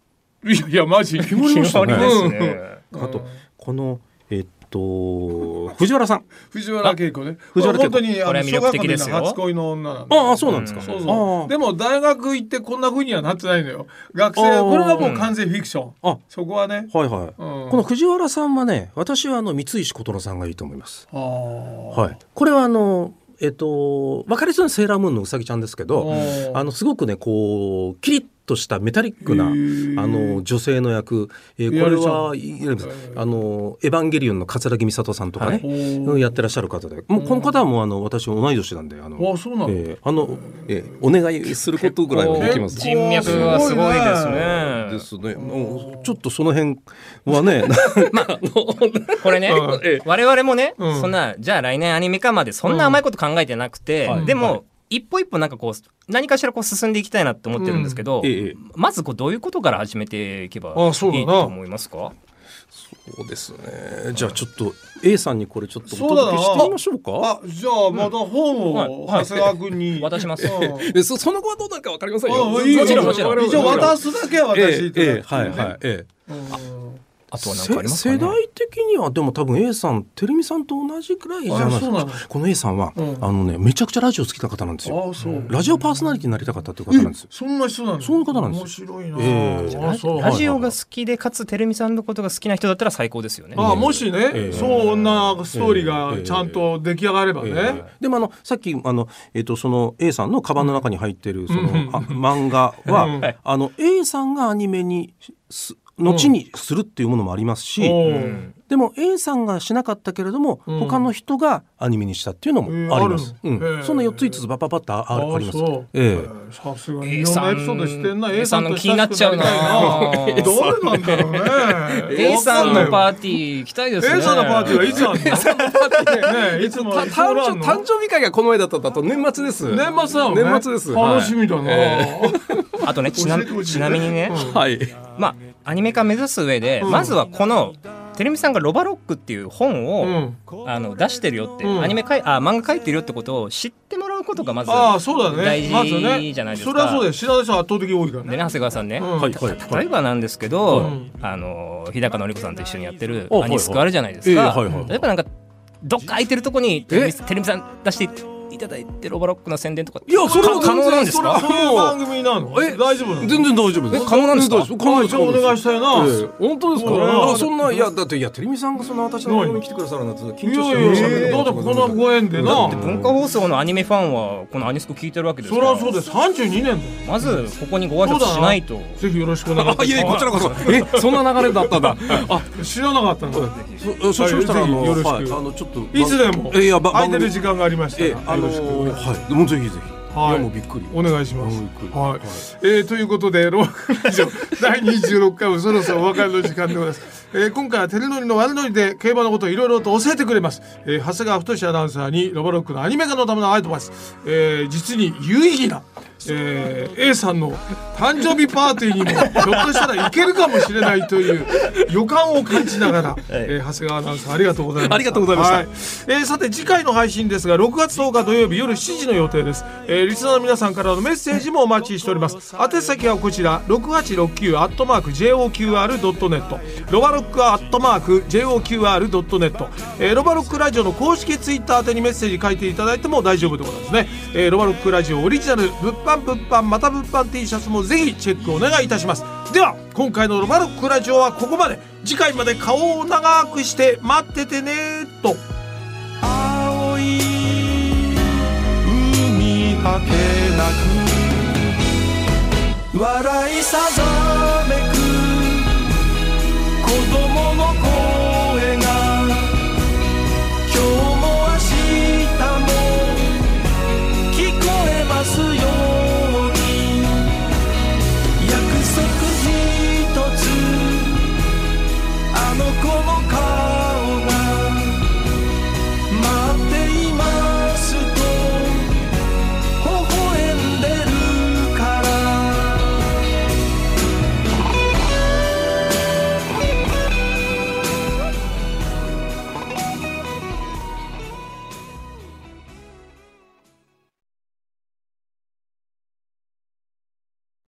[SPEAKER 2] いやいやマジ決まりました
[SPEAKER 3] ありですね。
[SPEAKER 4] あと、この、えっと、藤原さん。
[SPEAKER 2] 藤原恵子ね。
[SPEAKER 4] 藤原
[SPEAKER 2] 本
[SPEAKER 4] 恵子
[SPEAKER 2] 当にあ
[SPEAKER 3] これ
[SPEAKER 2] の
[SPEAKER 3] は魅
[SPEAKER 2] 小
[SPEAKER 3] 力
[SPEAKER 2] 学校
[SPEAKER 3] 的
[SPEAKER 2] で
[SPEAKER 3] で
[SPEAKER 2] の
[SPEAKER 3] すよ
[SPEAKER 2] 初恋の女なんだ
[SPEAKER 4] ああ、そうなんですか。
[SPEAKER 2] そう
[SPEAKER 4] あ
[SPEAKER 2] そ
[SPEAKER 4] ー
[SPEAKER 2] う。でも大学行ってこんな風にはなってないのよ。学生
[SPEAKER 4] あー
[SPEAKER 2] これはもう完全フィクション。
[SPEAKER 4] あ
[SPEAKER 2] そこはね。
[SPEAKER 4] はいはい、
[SPEAKER 2] うん
[SPEAKER 4] この藤原さんはね私はあの三石琴乃さんがいいと思います、
[SPEAKER 2] あー
[SPEAKER 4] はい、これはあのえっと分かりそうにセーラームーンのうさぎちゃんですけ
[SPEAKER 2] お
[SPEAKER 4] ど
[SPEAKER 2] ー
[SPEAKER 4] あのすごくねこうキリッとしたメタリックなあ
[SPEAKER 2] へー
[SPEAKER 4] の女性の役、えー
[SPEAKER 2] や
[SPEAKER 4] これ
[SPEAKER 2] るじゃん
[SPEAKER 4] はいやるんですあのエヴァンゲリオンの桂木美里さんとかね、
[SPEAKER 2] おー
[SPEAKER 4] うんやってらっしゃる方でもうこの方はもうあの私同い年なんであの、
[SPEAKER 2] あそうなの。
[SPEAKER 4] えーあの、えーお願いすることぐらいはできます
[SPEAKER 3] 人脈がすごいですね。
[SPEAKER 4] ですねもうちょっとその辺は ね
[SPEAKER 3] これね、我々もね、
[SPEAKER 2] うん
[SPEAKER 3] そんなじゃあ来年アニメ化までそんな甘いこと考えてなくて、
[SPEAKER 4] うんはい
[SPEAKER 3] でも、
[SPEAKER 4] はい
[SPEAKER 3] 一歩一歩なんかこう何かしらこう進んでいきたいなって思ってるんですけど、
[SPEAKER 4] うんええ
[SPEAKER 3] まずこうどういうことから始めていけば
[SPEAKER 2] あそうだない
[SPEAKER 3] いと思いますか
[SPEAKER 4] そうですね。じゃあちょっと A さんにこれちょっとお
[SPEAKER 2] そうだ
[SPEAKER 4] 届
[SPEAKER 2] な
[SPEAKER 4] けしてみましょうか。
[SPEAKER 2] あじゃあまた本を長谷川君 に
[SPEAKER 3] 渡します
[SPEAKER 2] うん
[SPEAKER 4] えそその後はどうなるかわかりませんよ。
[SPEAKER 2] あいいよ
[SPEAKER 3] もちろんもちろん
[SPEAKER 2] 一応渡すだけは
[SPEAKER 4] え
[SPEAKER 2] 私
[SPEAKER 4] え
[SPEAKER 2] いた
[SPEAKER 4] ええ
[SPEAKER 2] だく
[SPEAKER 4] はいはい。ええ
[SPEAKER 2] うん
[SPEAKER 3] あとは何かありますか
[SPEAKER 4] せ
[SPEAKER 3] ね
[SPEAKER 4] 世代的にはでも多分 A さんテレミさんと同じくらいじゃないで
[SPEAKER 2] あ
[SPEAKER 4] す
[SPEAKER 2] そうな
[SPEAKER 4] か
[SPEAKER 2] の。
[SPEAKER 4] この A さんは、
[SPEAKER 2] うん
[SPEAKER 4] あのねめちゃくちゃラジオ好きな方なんですよ。
[SPEAKER 2] ああそう。
[SPEAKER 4] ラジオパーソナリティになりたかったっていう方なんですよ。
[SPEAKER 2] そんな人なの。
[SPEAKER 4] そういう方なんですよ
[SPEAKER 2] 面白いな。
[SPEAKER 4] ええ
[SPEAKER 2] あそう。
[SPEAKER 3] ラジオが好きでかつてるみさんのことが好きな人だったら最高ですよね。
[SPEAKER 2] ああもしね、
[SPEAKER 4] ええ
[SPEAKER 2] そんなストーリーがちゃんと出来上がればね、
[SPEAKER 4] ええでもあのさっきあの、えっとその A さんのカバンの中に入ってるその、あ漫画 は、あの A さんがアニメにす後にするっていうものもありますし、
[SPEAKER 2] おう
[SPEAKER 3] うん
[SPEAKER 4] でも A さんがしなかったけれども、
[SPEAKER 2] うん
[SPEAKER 4] 他の人がアニメにしたっていうのもあります。
[SPEAKER 2] え
[SPEAKER 4] う
[SPEAKER 2] ーあるの
[SPEAKER 4] ん
[SPEAKER 2] へー
[SPEAKER 4] そんな四つ五つバパパッとあああります
[SPEAKER 2] あそう。
[SPEAKER 4] ええ
[SPEAKER 2] さすがにいろんなエピソードしてんな
[SPEAKER 3] A さん
[SPEAKER 2] A と親しくりたい
[SPEAKER 3] の気に
[SPEAKER 2] どうなんだろうね
[SPEAKER 3] A さんのパー
[SPEAKER 2] ー
[SPEAKER 3] ティー行きたいで
[SPEAKER 2] テ
[SPEAKER 3] すね。
[SPEAKER 2] A さんのパーティーはいつあんの ?A さんのパーティーねいつもいつ
[SPEAKER 4] 誕
[SPEAKER 2] 頃あ
[SPEAKER 4] 生
[SPEAKER 2] んの
[SPEAKER 4] 誕生日会がこの間だったと年末です。
[SPEAKER 2] 年末だもんね
[SPEAKER 4] 年末です。
[SPEAKER 2] 楽しみだな、
[SPEAKER 3] あとねちな
[SPEAKER 6] 教えてほしい
[SPEAKER 3] ちなみにね、
[SPEAKER 4] はい。
[SPEAKER 3] まあアニメ化目指す上で、まずはこのてるみさんが「ロバロック」っていう本を、あの出してるよって、アニメかいあ漫画書いてるよってことを知ってもらうことがまず
[SPEAKER 2] ああそうだ
[SPEAKER 3] 大
[SPEAKER 2] ねまず
[SPEAKER 3] 事
[SPEAKER 2] ね
[SPEAKER 3] じゃないですか。
[SPEAKER 2] それはそうだよ品田さん圧倒的に多いから
[SPEAKER 3] でね
[SPEAKER 2] ね
[SPEAKER 3] 長谷川さんね、
[SPEAKER 4] はいはい
[SPEAKER 3] た例えばなんですけど、あの日高のり子さんと一緒にやってるアニスクあるじゃないです
[SPEAKER 4] ええ
[SPEAKER 3] か、
[SPEAKER 4] はいはい
[SPEAKER 3] 例えばなんかどっか空いてるとこにテレビテレビさん出していただいてロバロックの宣伝とかい
[SPEAKER 4] やそれは
[SPEAKER 3] 可能なんです
[SPEAKER 2] それ
[SPEAKER 3] か
[SPEAKER 2] はそういう番組なのえ大丈夫なの
[SPEAKER 4] 全然大丈夫です。
[SPEAKER 3] え可能なんですか
[SPEAKER 4] 大丈夫可能です。
[SPEAKER 2] じゃあお願いしたいな
[SPEAKER 4] ええ本当ですか。
[SPEAKER 2] そうだな
[SPEAKER 4] あそんないやだっていやテレミさんがそんな私の番組に来てくださるなんて
[SPEAKER 2] い
[SPEAKER 4] 緊張して
[SPEAKER 2] や
[SPEAKER 4] まし
[SPEAKER 2] い
[SPEAKER 4] た
[SPEAKER 2] や、
[SPEAKER 4] ね
[SPEAKER 2] だってこのご縁でな。
[SPEAKER 3] 文化放送のアニメファンはこのアニスク聞いてるわけです
[SPEAKER 2] そ
[SPEAKER 3] か
[SPEAKER 2] り
[SPEAKER 3] ら
[SPEAKER 2] ゃそうです。三十二年だよ。
[SPEAKER 3] まずここにご挨
[SPEAKER 2] そう
[SPEAKER 3] 拶
[SPEAKER 2] だ
[SPEAKER 3] しないと
[SPEAKER 2] ぜひよろしくお願いしま
[SPEAKER 4] あいえこちらこそ。えそんな流れだったんだ。あ
[SPEAKER 2] す。知らなかったの。
[SPEAKER 4] そそうしたらあの
[SPEAKER 2] ぜひよろしく
[SPEAKER 4] はいあのちょっと
[SPEAKER 2] いつでも
[SPEAKER 4] えいやば
[SPEAKER 2] 空いてる
[SPEAKER 4] 間
[SPEAKER 2] 時間がありました
[SPEAKER 4] ええ
[SPEAKER 2] ら。
[SPEAKER 4] あのーはいもうぜひぜひ。
[SPEAKER 2] はい
[SPEAKER 4] いやもうびっくり。
[SPEAKER 2] お願いします
[SPEAKER 4] うんびっく。り
[SPEAKER 2] は
[SPEAKER 4] はい
[SPEAKER 2] い。えーということで、ロークラジオ第26回もそろそろお別れの時間でございます。えー今回はテレノリの悪ノリで競馬のことをいろいろと教えてくれます。えー長谷川太志アナウンサーにロボロックのアニメ化のためのアイドバイス、えー実に有意義な、えー A さんの誕生日パーティーにもひょっとしたらいけるかもしれないという予感を感じな がら、えー長谷川アナウンサーありがとうございました。
[SPEAKER 4] ありがとうございました
[SPEAKER 2] はいえーさて次回の配信ですが6月10日土曜日夜7時の予定です、えーリスナーの皆さんからのメッセージもお待ちしております宛先はこちら6869アットマーク JOQR.net ロバロックアットマーク JOQR.net、えーロバロックラジオの公式ツイッター宛てにメッセージ書いていただいても大丈夫でございますね、えーロバロックラジオオリジナル物販物販また物販 T シャツもぜひチェックお願いいたしますでは今回のロバロックラジオはここまで次回まで顔を長くして待っててねーと
[SPEAKER 1] 青い海はけなく笑いさざめく子供